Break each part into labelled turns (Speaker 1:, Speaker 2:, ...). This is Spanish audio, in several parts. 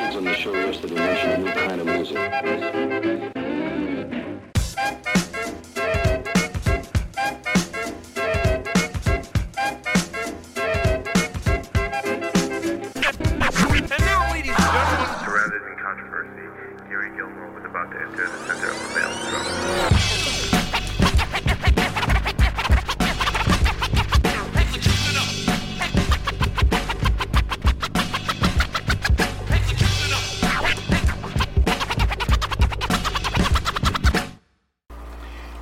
Speaker 1: on the show yesterday mentioned a new kind of music.
Speaker 2: Surrounded in controversy, Gary Gilmore was about to enter the center of a male struggle.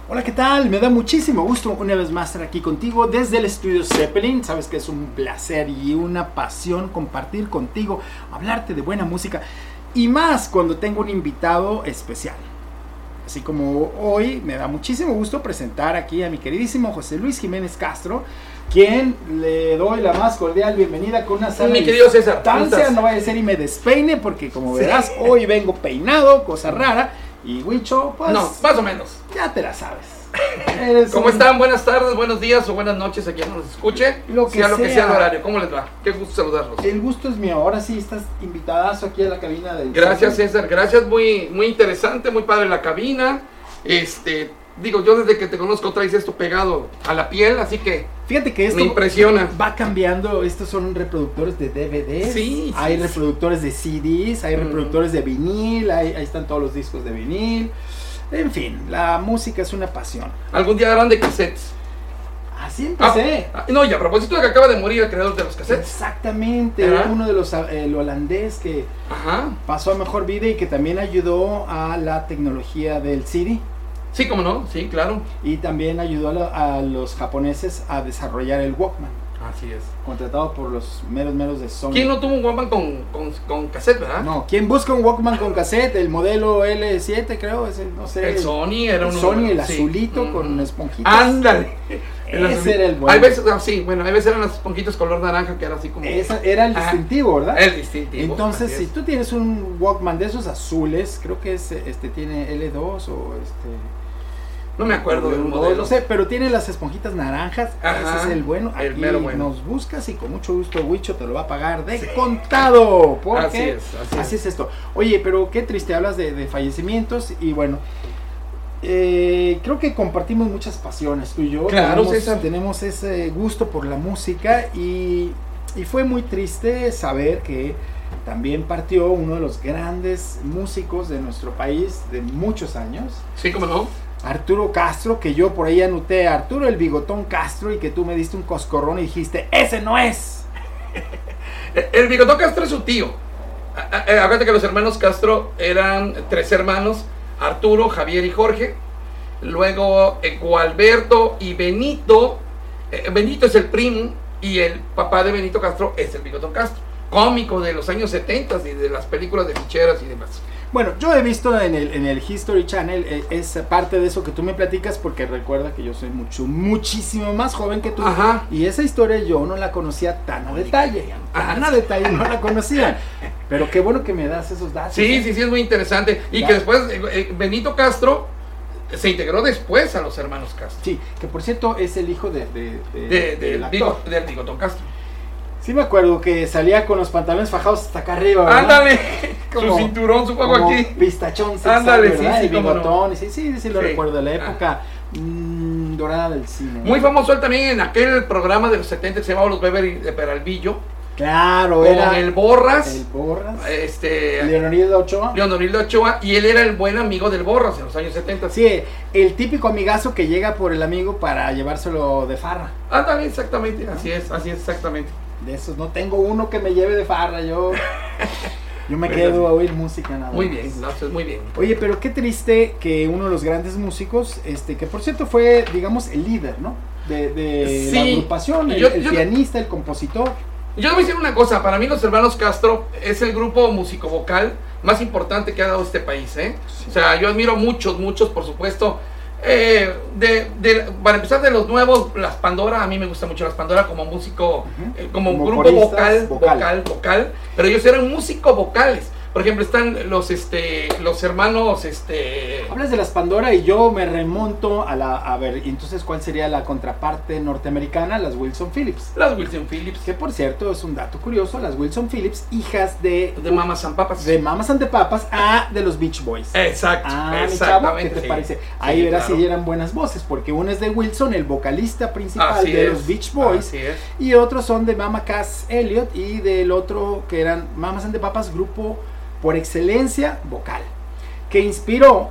Speaker 3: Hola, ¿qué tal? Me da muchísimo gusto una vez más estar aquí contigo desde el estudio Zeppelin. Sabes que es un placer y una pasión compartir contigo, hablarte de buena música y más cuando tengo un invitado especial. Así como hoy me da muchísimo gusto presentar aquí a mi queridísimo José Luis Jiménez Castro, quien le doy la más cordial bienvenida con una sana
Speaker 4: Mi querido César, ¿cómo
Speaker 3: distancia.
Speaker 4: estás?
Speaker 3: No vaya a ser y me despeine porque como verás hoy vengo peinado, cosa rara. Y Huicho, pues
Speaker 4: No, más o menos.
Speaker 3: ya te la sabes. Eres
Speaker 4: ¿Cómo
Speaker 3: un-
Speaker 4: están? Buenas tardes, buenos días o buenas noches a quien nos escuche.
Speaker 3: Lo que
Speaker 4: sea lo que
Speaker 3: sea.
Speaker 4: sea el horario. ¿Cómo les va? Qué gusto saludarlos.
Speaker 3: El gusto es mío. Ahora sí estás invitadazo aquí a la cabina del.
Speaker 4: Gracias,
Speaker 3: Centro.
Speaker 4: César. Gracias, muy, muy interesante, muy padre la cabina. Este, digo, yo desde que te conozco traes esto pegado a la piel, así que
Speaker 3: Fíjate que esto
Speaker 4: me impresiona.
Speaker 3: va cambiando. Estos son reproductores de DVDs.
Speaker 4: Sí, sí,
Speaker 3: Hay
Speaker 4: sí.
Speaker 3: reproductores de CDs, hay
Speaker 4: Mm.
Speaker 3: reproductores de vinil, hay- ahí están todos los discos de vinil. En fin, la música es una pasión.
Speaker 4: Algún día harán de cassettes.
Speaker 3: Así empecé.
Speaker 4: Ah, ah, no, y a propósito de que acaba de morir el creador de los cassettes.
Speaker 3: Exactamente.
Speaker 4: Ajá.
Speaker 3: Uno de los ah, el holandés que
Speaker 4: Ajá.
Speaker 3: pasó a mejor vida y que también ayudó a la tecnología del CD.
Speaker 4: Sí, cómo no, sí, claro.
Speaker 3: Y también ayudó a, lo- a los japoneses a desarrollar el Walkman,
Speaker 4: Así es.
Speaker 3: contratado por los meros meros de Sony.
Speaker 4: ¿Quién no tuvo un Walkman con, con, con cassette, verdad?
Speaker 3: No, ¿quién busca un Walkman con cassette? El modelo L7, creo, ese, no sé.
Speaker 4: El Sony era
Speaker 3: el
Speaker 4: uno.
Speaker 3: Sony, el
Speaker 4: sí.
Speaker 3: azulito
Speaker 4: Mm.
Speaker 3: con esponjitas.
Speaker 4: Ándale.
Speaker 3: Ese era el bueno.
Speaker 4: Hay veces, ah, sí, bueno, hay veces eran las esponjitas color naranja que era así como.
Speaker 3: Esa era el
Speaker 4: Ajá.
Speaker 3: distintivo, ¿verdad?
Speaker 4: Ah, El distintivo.
Speaker 3: Entonces,
Speaker 4: así
Speaker 3: si
Speaker 4: es.
Speaker 3: tú tienes un Walkman de esos azules, creo que es, este tiene L2 o este
Speaker 4: No me acuerdo del
Speaker 3: W2,
Speaker 4: modelo.
Speaker 3: no sé, pero tiene las esponjitas naranjas,
Speaker 4: Ajá.
Speaker 3: ese es el bueno, aquí
Speaker 4: El mero bueno.
Speaker 3: nos buscas y con mucho gusto Wicho te lo va a pagar de contado, porque
Speaker 4: Así es, así es.
Speaker 3: Así es esto. Oye, pero qué triste, hablas de, de fallecimientos y bueno, eh, creo que compartimos muchas pasiones tú y yo.
Speaker 4: Claro,
Speaker 3: tenemos,
Speaker 4: César.
Speaker 3: tenemos ese gusto por la música y, y fue muy triste saber que también partió uno de los grandes músicos de nuestro país de muchos años.
Speaker 4: Sí, como no.
Speaker 3: Arturo Castro, que yo por ahí anoté a Arturo el Bigotón Castro y que tú me diste un coscorrón y dijiste, ese no es.
Speaker 4: Eh, El Bigotón Castro es su tío. Ah, ah, eh, Acuérdate que los hermanos Castro eran tres hermanos: Arturo, Javier y Jorge. Luego eh, Gualberto y Benito. Eh, Benito es el primo y el papá de Benito Castro es el Bigotón Castro. Cómico de los años 70 y de las películas de ficheras y demás.
Speaker 3: Bueno, yo he visto en el, en el History Channel eh, es parte de eso que tú me platicas porque recuerda que yo soy mucho, muchísimo más joven que tú.
Speaker 4: Ajá.
Speaker 3: Y esa historia yo no la conocía tan a detalle. Tan a detalle no la conocía. Pero qué bueno que me das esos datos.
Speaker 4: Sí, sí, sí, es muy interesante. Y
Speaker 3: Ya.
Speaker 4: que después eh, eh, Benito Castro se integró después a los hermanos Castro.
Speaker 3: Sí, que por cierto es el hijo de, de- de-
Speaker 4: De-
Speaker 3: del
Speaker 4: del,
Speaker 3: actor.
Speaker 4: Bigo- del Bigotón Castro.
Speaker 3: Sí me acuerdo que salía con los pantalones fajados hasta acá arriba. ¿verdad?
Speaker 4: Ándale,
Speaker 3: Ah. Como-
Speaker 4: su cinturón, su pago
Speaker 3: Como
Speaker 4: aquí.
Speaker 3: Pistachón sexual,
Speaker 4: Ándale, sí,
Speaker 3: ¿verdad?
Speaker 4: sí,
Speaker 3: El
Speaker 4: cómo no.
Speaker 3: bigotón, Sí, sí, sí, lo
Speaker 4: Sí.
Speaker 3: recuerdo. La
Speaker 4: Ah.
Speaker 3: época mm, dorada del cine.
Speaker 4: Muy famoso él también en aquel programa de los 70 que se llamaba Los Beverly de Peralvillo.
Speaker 3: Claro,
Speaker 4: Con
Speaker 3: era
Speaker 4: el Borras,
Speaker 3: El Borras.
Speaker 4: este,
Speaker 3: Leonidas Ochoa.
Speaker 4: Leonardo Ochoa, y él era el buen amigo del Borras en los años 70.
Speaker 3: Sí, el típico amigazo que llega por el amigo para llevárselo de farra.
Speaker 4: Ándale, exactamente, así es, así es, exactamente.
Speaker 3: De esos, no tengo uno que me lleve de farra, yo. Yo me
Speaker 4: Pues
Speaker 3: quedo
Speaker 4: así.
Speaker 3: a oír música nada
Speaker 4: Muy
Speaker 3: más.
Speaker 4: bien, no, pues, muy bien.
Speaker 3: Oye, pero qué triste que uno de los grandes músicos, este, que por cierto fue, digamos, el líder, ¿no? De, de la
Speaker 4: Sí.
Speaker 3: agrupación, el,
Speaker 4: Yo-
Speaker 3: el
Speaker 4: yo-
Speaker 3: pianista, el compositor.
Speaker 4: Yo voy a decir una cosa, para mí los hermanos Castro es el grupo musicovocal más importante que ha dado este país, ¿eh?
Speaker 3: Sí.
Speaker 4: O sea, yo admiro muchos, muchos, por supuesto. Eh, de, de- para empezar de los nuevos, las Pandora, a mí me gusta mucho las Pandora como músico,
Speaker 3: Ujú.
Speaker 4: eh, como,
Speaker 3: Como
Speaker 4: grupo
Speaker 3: coristas,
Speaker 4: vocal,
Speaker 3: vocal.
Speaker 4: vocal, vocal, pero ellos eran músico vocales. Por ejemplo, están los, este, los hermanos, este...
Speaker 3: Hablas de las Pandora y yo me remonto a la. A ver, entonces, ¿cuál sería la contraparte norteamericana? Las Wilson Phillips.
Speaker 4: Las Wilson Phillips.
Speaker 3: Que por cierto, es un dato curioso: las Wilson Phillips, hijas de.
Speaker 4: De Mamas San Papas.
Speaker 3: De Mamas ante Papas a de los Beach Boys.
Speaker 4: Exacto,
Speaker 3: Ah, mi chavo,
Speaker 4: Eh, exactamente.
Speaker 3: ¿qué te
Speaker 4: sí.
Speaker 3: parece?
Speaker 4: Sí,
Speaker 3: Ahí verás
Speaker 4: claro.
Speaker 3: si eran buenas voces, porque uno es de Wilson, el vocalista principal
Speaker 4: Así
Speaker 3: de
Speaker 4: es,
Speaker 3: los Beach Boys,
Speaker 4: Así es.
Speaker 3: y otros son de Mama Cass Elliot y del otro que eran Mamas and the Papas, grupo por excelencia vocal, que inspiró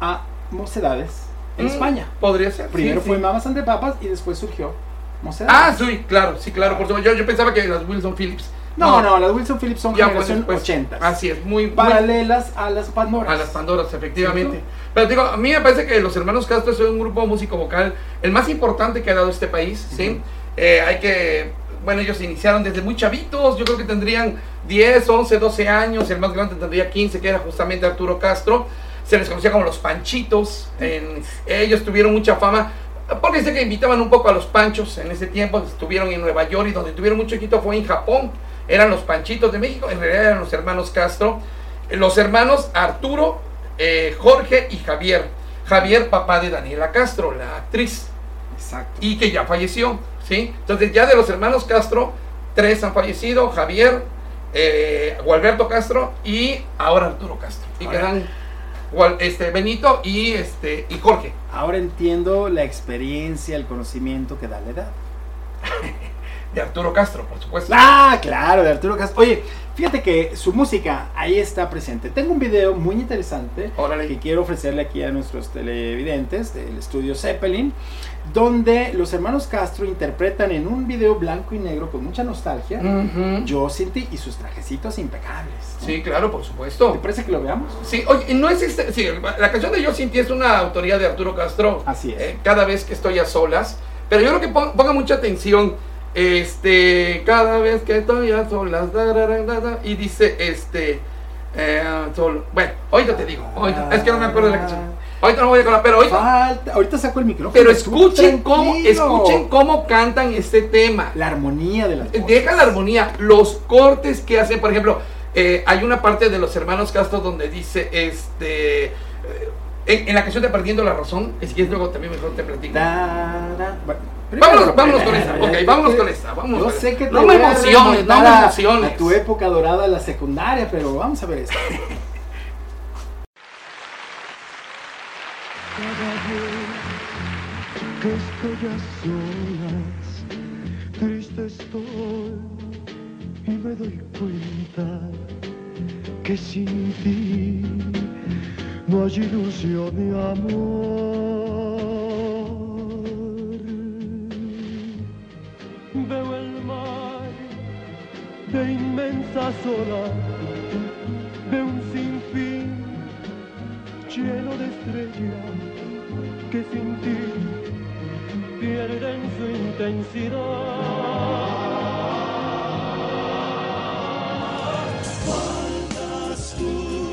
Speaker 3: a mocedades en
Speaker 4: Mm,
Speaker 3: España.
Speaker 4: Podría ser. sí,
Speaker 3: Primero
Speaker 4: sí.
Speaker 3: fue Mamas and the Papas y después surgió mocedades.
Speaker 4: Ah, sí, claro, sí, claro. Por supuesto. Yo, yo pensaba que las Wilson Phillips.
Speaker 3: no, no, las Wilson Phillips son
Speaker 4: ya fue
Speaker 3: generación
Speaker 4: después.
Speaker 3: 80.
Speaker 4: Así es, muy, muy
Speaker 3: Paralelas a las Pandoras.
Speaker 4: a las Pandoras, efectivamente.
Speaker 3: ¿Cierto?
Speaker 4: Pero digo, a mí me parece que los hermanos Castro es un grupo músico vocal, el más importante que ha dado este país, ¿sí?
Speaker 3: Ujú.
Speaker 4: Eh, hay que, bueno, ellos iniciaron desde muy chavitos, yo creo que tendrían 10, 11, 12 años, el más grande tendría 15, que era justamente Arturo Castro, se les conocía como los Panchitos, en- ellos tuvieron mucha fama. Porque dice que invitaban un poco a los panchos en ese tiempo, estuvieron en Nueva York y donde tuvieron mucho éxito fue en Japón, eran los panchitos de México, en realidad eran los hermanos Castro, los hermanos Arturo, eh, Jorge y Javier. Javier, papá de Daniela Castro, la actriz,
Speaker 3: Exacto.
Speaker 4: y que ya falleció, ¿sí? Entonces ya de los hermanos Castro, tres han fallecido, Javier, eh, Gualberto Castro y ahora Arturo Castro. Y
Speaker 3: Ahora-
Speaker 4: quedan Gual- este, Benito y, este, y Jorge.
Speaker 3: Ahora entiendo la experiencia, el conocimiento que da la edad.
Speaker 4: De Arturo Castro, por supuesto.
Speaker 3: Ah, claro, de Arturo Castro. Oye, fíjate que su música ahí está presente. Tengo un video muy interesante
Speaker 4: Órale.
Speaker 3: que quiero ofrecerle aquí a nuestros televidentes del estudio Zeppelin, donde los hermanos Castro interpretan en un video blanco y negro con mucha nostalgia
Speaker 4: Mm. Ujú.
Speaker 3: Yo sin ti y sus trajecitos impecables. ¿no?
Speaker 4: Sí, claro, por
Speaker 3: ¿Te
Speaker 4: supuesto.
Speaker 3: parece que lo veamos?
Speaker 4: Sí, oye, y no existe. Sí, la canción de Yo sin ti es una autoría de Arturo Castro.
Speaker 3: Así es.
Speaker 4: eh, cada vez que estoy a solas. Pero yo creo que pon- ponga mucha atención. Este, cada vez que estoy a solas. da, da, da, da, da, y dice, este. eh, solo- bueno, ahorita te digo. ahorita- es que no me acuerdo de la canción. Ahorita no voy a acordar, pero ahorita.
Speaker 3: Falta. Ahorita saco el micrófono.
Speaker 4: Pero
Speaker 3: tú,
Speaker 4: escuchen cómo,
Speaker 3: tranquilo.
Speaker 4: escuchen cómo cantan este tema.
Speaker 3: La armonía de las voces.
Speaker 4: Deja la armonía, los cortes que hacen, por ejemplo, eh, hay una parte de los hermanos Castro donde dice, este, eh, en, en la canción de Perdiendo la Razón, es que luego también mejor te platico.
Speaker 3: Da, da. Bueno,
Speaker 4: Vámonos,
Speaker 3: primero-
Speaker 4: vámonos con esta, ok, vámonos con esta, vámonos
Speaker 3: Yo
Speaker 4: con esta.
Speaker 3: sé que te
Speaker 4: No
Speaker 3: voy
Speaker 4: me
Speaker 3: a
Speaker 4: emociones, no
Speaker 3: remontar
Speaker 4: me
Speaker 3: a-
Speaker 4: emociones.
Speaker 3: A tu época dorada de la secundaria, pero vamos a ver esto.
Speaker 5: Cada vez que estoy a solas, triste estoy y me doy cuenta que sin ti no hay ilusión ni amor. Veo el mar de inmensas olas, de un sinfín lleno de estrellas que sin ti pierden su intensidad. Faltas tú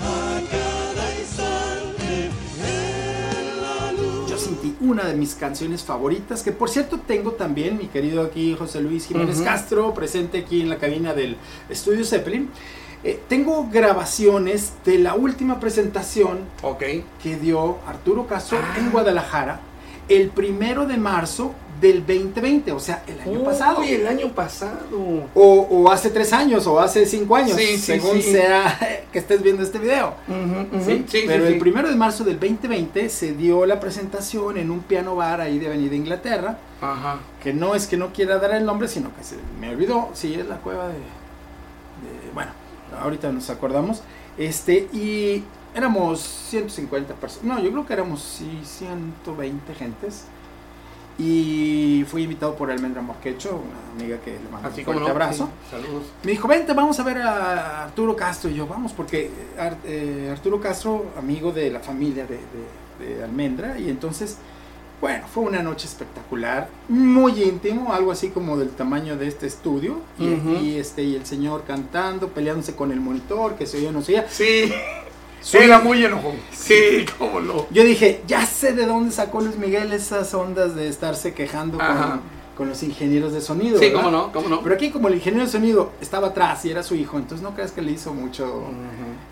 Speaker 5: a cada instante en la luz.
Speaker 3: Yo sentí una de mis canciones favoritas, que por cierto tengo también, mi querido aquí José Luis Jiménez
Speaker 4: Ujú.
Speaker 3: Castro, presente aquí en la cabina del estudio Zeppelin. Eh, tengo grabaciones de la última presentación
Speaker 4: Ok,
Speaker 3: que dio Arturo Castro
Speaker 4: Ah.
Speaker 3: en Guadalajara el primero de marzo del 2020, o sea, el año pasado.
Speaker 4: Uy, el año pasado.
Speaker 3: O, o hace tres años, o hace cinco años,
Speaker 4: Sí, sí,
Speaker 3: según
Speaker 4: sí.
Speaker 3: sea que estés viendo este video.
Speaker 4: Ujú, ujú.
Speaker 3: ¿sí?
Speaker 4: Sí,
Speaker 3: Pero
Speaker 4: sí,
Speaker 3: el
Speaker 4: sí.
Speaker 3: primero de marzo del 2020 se dio la presentación en un piano bar ahí de Avenida Inglaterra,
Speaker 4: Ajá.
Speaker 3: que no es que no quiera dar el nombre, sino que se me olvidó, sí, es la cueva de, de- bueno, ahorita nos acordamos, este, y éramos 150 personas, no, yo creo que éramos sí, 120 gentes, y fui invitado por Almendra Morquecho, una amiga que le mando
Speaker 4: Así
Speaker 3: un
Speaker 4: como
Speaker 3: fuerte
Speaker 4: no.
Speaker 3: abrazo,
Speaker 4: Ah, sí, Saludos.
Speaker 3: me dijo, vente, vamos a ver a Arturo Castro. Y yo, vamos, porque Ar- eh, Arturo Castro, amigo de la familia de, de- de Almendra, y entonces, bueno, fue una noche espectacular, muy íntimo, algo así como del tamaño de este estudio, y,
Speaker 4: Ujú.
Speaker 3: y este, y el señor cantando, peleándose con el monitor, que se oía, no se oía.
Speaker 4: Sí,
Speaker 3: Soy-
Speaker 4: era muy enojón. Sí, cómo no.
Speaker 3: Yo dije, ya sé de dónde sacó Luis Miguel esas ondas de estarse quejando
Speaker 4: Ajá.
Speaker 3: con... con los ingenieros de sonido.
Speaker 4: Sí,
Speaker 3: ¿verdad?
Speaker 4: cómo no, cómo no.
Speaker 3: Pero aquí como el ingeniero de sonido estaba atrás y era su hijo, entonces no creas que le hizo mucho...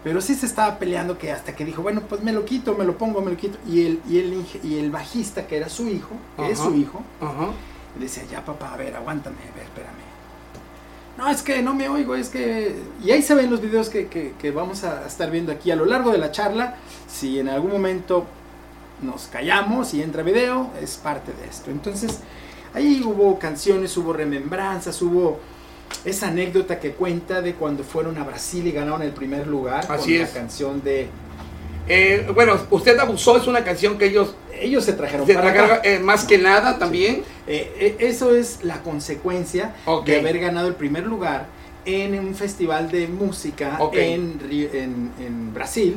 Speaker 3: Pero sí se estaba peleando que hasta que dijo, bueno, pues me lo quito, me lo pongo, me lo quito. Y el, y el, inge- y el bajista, que era su hijo, que es
Speaker 4: Ajá.
Speaker 3: su hijo,
Speaker 4: Ajá.
Speaker 3: le decía, ya papá, a ver, aguántame, a ver, espérame. No, es que no me oigo, es que... Y ahí se ven los videos que, que- que vamos a estar viendo aquí a lo largo de la charla. Si en algún momento nos callamos y entra video, es parte de esto. Entonces, ahí hubo canciones, hubo remembranzas, hubo esa anécdota que cuenta de cuando fueron a Brasil y ganaron el primer lugar
Speaker 4: Así
Speaker 3: con
Speaker 4: es.
Speaker 3: la canción de...
Speaker 4: Eh, bueno, Usted Abusó es una canción que ellos
Speaker 3: Ellos se trajeron
Speaker 4: se
Speaker 3: para acá.
Speaker 4: trajeron, eh, más que nada también.
Speaker 3: Eh, eh, eso es la consecuencia
Speaker 4: Ok.
Speaker 3: de haber ganado el primer lugar en un festival de música
Speaker 4: Ok.
Speaker 3: en, Ri- en- en Brasil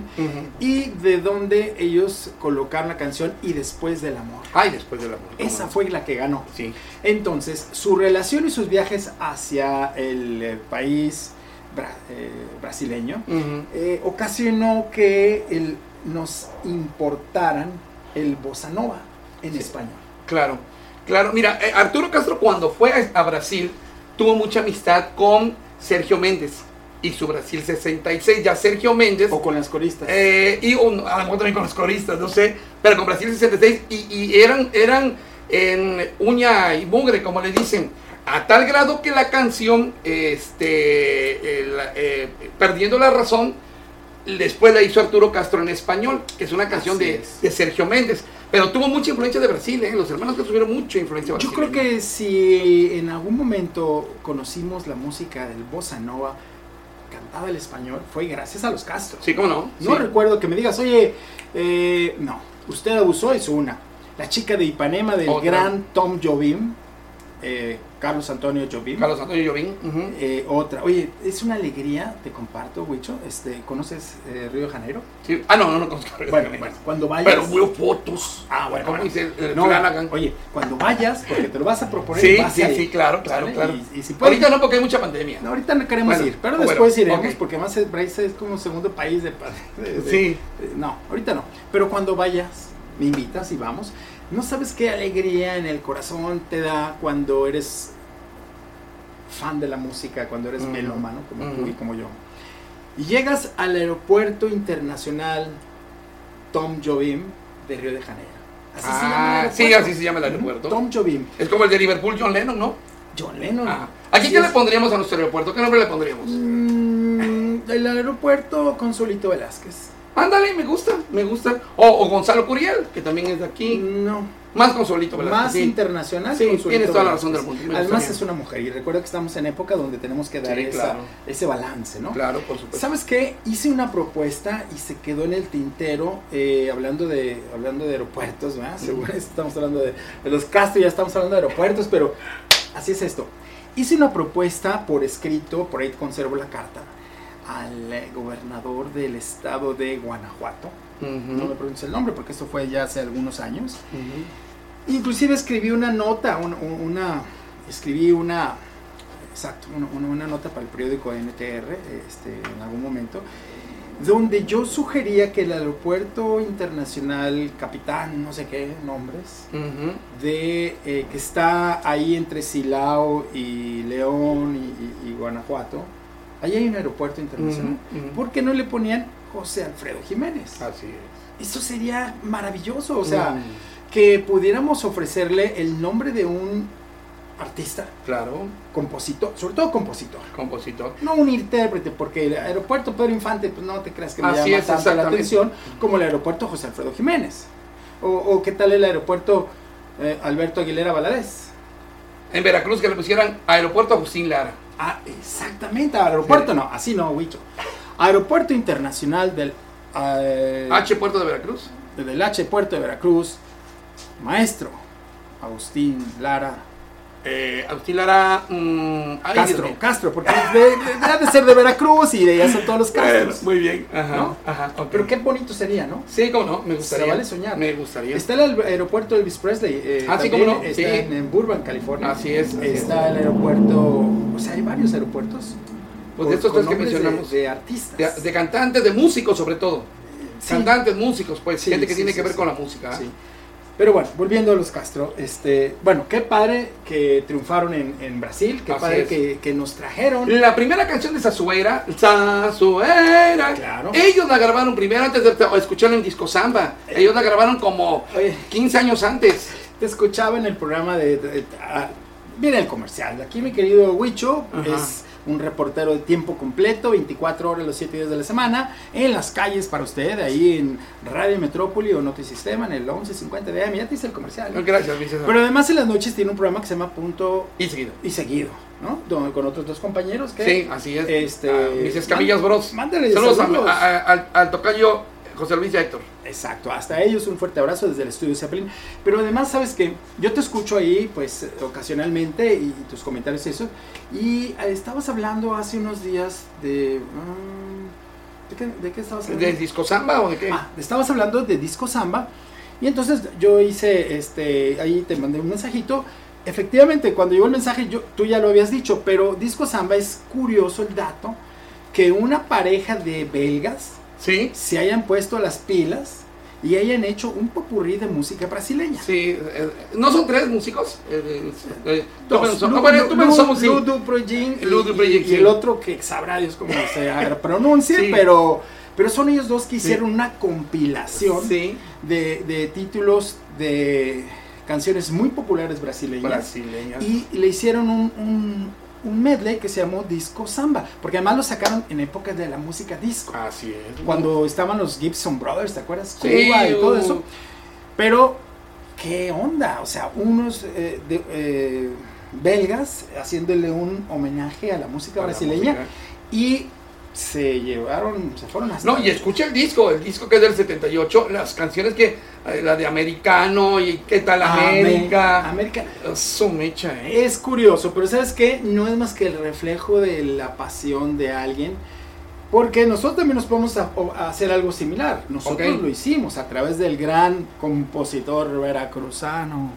Speaker 3: y de donde ellos colocaron la canción Y después del amor.
Speaker 4: Ay, después del amor. ¿cómo
Speaker 3: Esa
Speaker 4: no?
Speaker 3: fue la que ganó.
Speaker 4: Sí.
Speaker 3: Entonces, su relación y sus viajes hacia el eh, país bra- eh, brasileño
Speaker 4: Ujú.
Speaker 3: eh, ocasionó que el- nos importaran el bossa nova en español.
Speaker 4: Claro, claro. Mira, eh, Arturo Castro cuando fue a, a Brasil tuvo mucha amistad con Sergio Méndez y su Brasil 66. Ya Sergio Méndez
Speaker 3: O con las coristas.
Speaker 4: eh, y un- a lo mejor también con los coristas, no sé, pero con Brasil 66 y, y eran, eran en uña y mugre, como le dicen, a tal grado que la canción, este, el, eh, perdiendo la razón, después la hizo Arturo Castro en español, que es una canción
Speaker 3: Así
Speaker 4: de,
Speaker 3: es.
Speaker 4: de Sergio Méndez, pero tuvo mucha influencia de Brasil, ¿eh? los hermanos que tuvieron mucha influencia
Speaker 3: Yo creo
Speaker 4: brasileña.
Speaker 3: que si en algún momento conocimos la música del bossa nova cantada al español, fue gracias a los Castros.
Speaker 4: Sí, cómo no.
Speaker 3: No
Speaker 4: Sí.
Speaker 3: recuerdo que me digas, oye, eh, no, usted abusó, hizo una. La chica de Ipanema del
Speaker 4: Otra.
Speaker 3: gran Tom Jobim, eh, Carlos Antonio Jobim.
Speaker 4: Carlos Antonio Llovín. ujú.
Speaker 3: eh, otra, oye, es una alegría, te comparto, Huicho. Este, ¿Conoces eh, Río de Janeiro?
Speaker 4: Sí. Ah, no, no, no conozco.
Speaker 3: Bueno, bueno, cuando vayas.
Speaker 4: Pero veo fotos.
Speaker 3: Ah, bueno,
Speaker 4: ¿Cómo
Speaker 3: bueno.
Speaker 4: dice? el
Speaker 3: No,
Speaker 4: Flanagan?
Speaker 3: oye, cuando vayas, porque te lo vas a proponer.
Speaker 4: Sí,
Speaker 3: vas
Speaker 4: sí,
Speaker 3: a ir,
Speaker 4: sí, claro, claro,
Speaker 3: ¿vale?
Speaker 4: claro.
Speaker 3: Y, y si puedes,
Speaker 4: Ahorita no porque hay mucha pandemia.
Speaker 3: No, ahorita no queremos
Speaker 4: Bueno,
Speaker 3: ir, pero
Speaker 4: bueno,
Speaker 3: después iremos
Speaker 4: ok.
Speaker 3: porque más es- Brasil es como segundo país de, pa- de- de-
Speaker 4: Sí.
Speaker 3: de- no, ahorita no. Pero cuando vayas, me invitas y vamos. No sabes qué alegría en el corazón te da cuando eres fan de la música, cuando eres
Speaker 4: Ujú.
Speaker 3: melómano como tú
Speaker 4: Ujú.
Speaker 3: y como yo. Y llegas al aeropuerto internacional Tom Jobim de Río de Janeiro. Así se llama el
Speaker 4: Ah, sí,
Speaker 3: aeropuerto.
Speaker 4: así se llama el aeropuerto.
Speaker 3: Tom Jobim.
Speaker 4: Es como el de Liverpool, John Lennon, ¿no?
Speaker 3: John Lennon.
Speaker 4: Ajá. ¿Aquí
Speaker 3: Ah, Así
Speaker 4: qué le
Speaker 3: es.
Speaker 4: pondríamos Ah. a nuestro aeropuerto? ¿Qué nombre le pondríamos?
Speaker 3: Mm, el aeropuerto Consolito Velázquez.
Speaker 4: Ándale, me gusta, me gusta. O, o Gonzalo Curiel, que también es de aquí.
Speaker 3: No.
Speaker 4: Más consolito, ¿verdad?
Speaker 3: Mm. Más
Speaker 4: Sí.
Speaker 3: internacional.
Speaker 4: Sí,
Speaker 3: Consuelito
Speaker 4: tienes toda la
Speaker 3: Velázquez.
Speaker 4: razón del mundo, me gusta
Speaker 3: Además
Speaker 4: bien.
Speaker 3: es una mujer y recuerda que estamos en época donde tenemos que dar
Speaker 4: Sí,
Speaker 3: esa-
Speaker 4: claro.
Speaker 3: ese balance, ¿no?
Speaker 4: Claro, por supuesto.
Speaker 3: ¿Sabes qué? Hice una propuesta y se quedó en el tintero, eh, hablando, de, hablando de aeropuertos, ¿verdad? Según estamos hablando de, de los Castro, ya estamos hablando de aeropuertos, pero así es esto. Hice una propuesta por escrito, por ahí conservo la carta, al eh, gobernador del estado de Guanajuato. No me
Speaker 4: Ujú,
Speaker 3: pronuncio el nombre porque esto fue ya hace algunos años.
Speaker 4: ujú.
Speaker 3: Inclusive escribí una nota, un- un- una, escribí una, exacto, una, una- una nota para el periódico NTR, este, en algún momento, donde yo sugería que el aeropuerto internacional Capitán, no sé qué nombres,
Speaker 4: Ujú.
Speaker 3: de eh, que está ahí entre Silao y León y, y- y Guanajuato, ahí hay un aeropuerto internacional.
Speaker 4: Ujú, ujú.
Speaker 3: ¿Por qué no le ponían José Alfredo Jiménez?
Speaker 4: Así es.
Speaker 3: Eso sería maravilloso, o sea
Speaker 4: Mm,
Speaker 3: que pudiéramos ofrecerle el nombre de un artista,
Speaker 4: claro,
Speaker 3: compositor, sobre todo compositor.
Speaker 4: compositor.
Speaker 3: No un intérprete, porque el aeropuerto Pedro Infante, pues no te creas que me
Speaker 4: Así
Speaker 3: llama
Speaker 4: es,
Speaker 3: tanto la
Speaker 4: exactamente.
Speaker 3: atención como el aeropuerto José Alfredo Jiménez. O, o qué tal el aeropuerto eh, Alberto Aguilera Valadez.
Speaker 4: En Veracruz que le pusieran Aeropuerto Agustín Lara.
Speaker 3: Ah, exactamente, aeropuerto no, así no, Huicho. Aeropuerto Internacional del, eh,
Speaker 4: H Puerto de Veracruz.
Speaker 3: del H Puerto de Veracruz, maestro Agustín Lara
Speaker 4: Eh, Agustín Lara. mm, ay, Dios
Speaker 3: Castro,
Speaker 4: mío.
Speaker 3: Castro, porque es de, de- ha de ser de Veracruz y de allá son todos los
Speaker 4: Bueno,
Speaker 3: Castros.
Speaker 4: Muy bien. Ajá.
Speaker 3: ¿No?
Speaker 4: Ajá. ok.
Speaker 3: Pero qué bonito sería, ¿no?
Speaker 4: Sí, cómo no, me gustaría.
Speaker 3: Se vale soñar.
Speaker 4: Me gustaría.
Speaker 3: Está el aer- aeropuerto Elvis Presley. eh,
Speaker 4: Ah, sí,
Speaker 3: también
Speaker 4: cómo no,
Speaker 3: Está
Speaker 4: sí. Ah,
Speaker 3: en, en Burbank, California.
Speaker 4: Así es, así
Speaker 3: está el aeropuerto. O sea, hay varios aeropuertos.
Speaker 4: Pues de estos
Speaker 3: con
Speaker 4: tres que
Speaker 3: nombres de-
Speaker 4: mencionamos.
Speaker 3: De, artistas.
Speaker 4: De, de cantantes, de músicos sobre todo.
Speaker 3: Sí,
Speaker 4: Cantantes, músicos, pues,
Speaker 3: Sí,
Speaker 4: gente que
Speaker 3: sí,
Speaker 4: tiene
Speaker 3: sí,
Speaker 4: que ver
Speaker 3: sí.
Speaker 4: con la música. ¿eh?
Speaker 3: sí. Pero bueno, volviendo a los Castro, este, bueno, qué padre que triunfaron en, en Brasil, qué
Speaker 4: Así
Speaker 3: padre
Speaker 4: es.
Speaker 3: que, que nos trajeron.
Speaker 4: La primera canción de Sazueira, Sazueira,
Speaker 3: Claro.
Speaker 4: ellos la grabaron primero antes de escucharla en Disco Samba. Ellos la grabaron como
Speaker 3: Oye.
Speaker 4: 15 años antes.
Speaker 3: Te escuchaba en el programa de... de- de- ah, mira el comercial. Aquí mi querido Huicho
Speaker 4: Ajá.
Speaker 3: es un reportero de tiempo completo, 24 horas los 7 días de la semana, en las calles para usted, ahí en Radio Metrópoli o Notisistema, en el 1150 de AM. Ya te hice el comercial. ¿no?
Speaker 4: Gracias, mi César.
Speaker 3: Pero además en las noches tiene un programa que se llama Punto
Speaker 4: Y seguido.
Speaker 3: y Seguido, ¿no? Donde- Con otros dos compañeros que...
Speaker 4: Sí, así es.
Speaker 3: Este,
Speaker 4: Ah, mis escamillas bros.
Speaker 3: mándale
Speaker 4: Saludos a-
Speaker 3: saludos.
Speaker 4: a- a- al, al tocayo José Luis y a Héctor.
Speaker 3: Exacto, hasta ellos un fuerte abrazo desde el estudio Zeppelin. Pero además, sabes que yo te escucho ahí, pues ocasionalmente, y tus comentarios y eso. Y eh, estabas hablando hace unos días de. mm, ¿de, qué, de qué estabas hablando?
Speaker 4: ¿De Disco Samba o de qué?
Speaker 3: Ah, estabas hablando de disco samba. Y entonces yo hice, este, ahí te mandé un mensajito. Efectivamente, cuando llegó el mensaje, yo, tú ya lo habías dicho, pero disco samba es curioso el dato que una pareja de belgas
Speaker 4: Sí,
Speaker 3: se hayan puesto las pilas y hayan hecho un popurrí de música brasileña.
Speaker 4: sí. eh, ¿No son tres músicos? Eh, eh, eh, tú
Speaker 3: Dos,
Speaker 4: menos son-
Speaker 3: Lu-
Speaker 4: ah, bueno,
Speaker 3: Lu-
Speaker 4: tú menos
Speaker 3: Lu-
Speaker 4: somos, sí.
Speaker 3: Ludo Projean y-
Speaker 4: Ludo
Speaker 3: y-
Speaker 4: Projean,
Speaker 3: y
Speaker 4: sí.
Speaker 3: el otro que sabrá Dios cómo se agra- pronuncie,
Speaker 4: Sí.
Speaker 3: pero, pero son ellos dos que hicieron una compilación
Speaker 4: Sí.
Speaker 3: de, de títulos de canciones muy populares brasileñas.
Speaker 4: Brasileñas.
Speaker 3: Y le hicieron un, un- un medley que se llamó Disco Samba, porque además lo sacaron en épocas de la música disco.
Speaker 4: Así es.
Speaker 3: cuando estaban los Gibson Brothers, ¿te acuerdas? Cuba
Speaker 4: Sí,
Speaker 3: y todo
Speaker 4: uh,
Speaker 3: eso. Pero, ¿qué onda? O sea, unos eh, de- eh, belgas haciéndole un homenaje a la música
Speaker 4: para la
Speaker 3: brasileña
Speaker 4: música.
Speaker 3: y se llevaron, se fueron hasta...
Speaker 4: No, y escucha el disco, el disco que es del 78, las canciones que, eh, la de Americano y qué tal
Speaker 3: América.
Speaker 4: América.
Speaker 3: América.
Speaker 4: Eso mecha, ¿eh?
Speaker 3: Es curioso, pero ¿sabes qué? No es más que el reflejo de la pasión de alguien. Porque nosotros también nos podemos a- o- a hacer algo similar. Nosotros
Speaker 4: Ok.
Speaker 3: lo hicimos a través del gran compositor veracruzano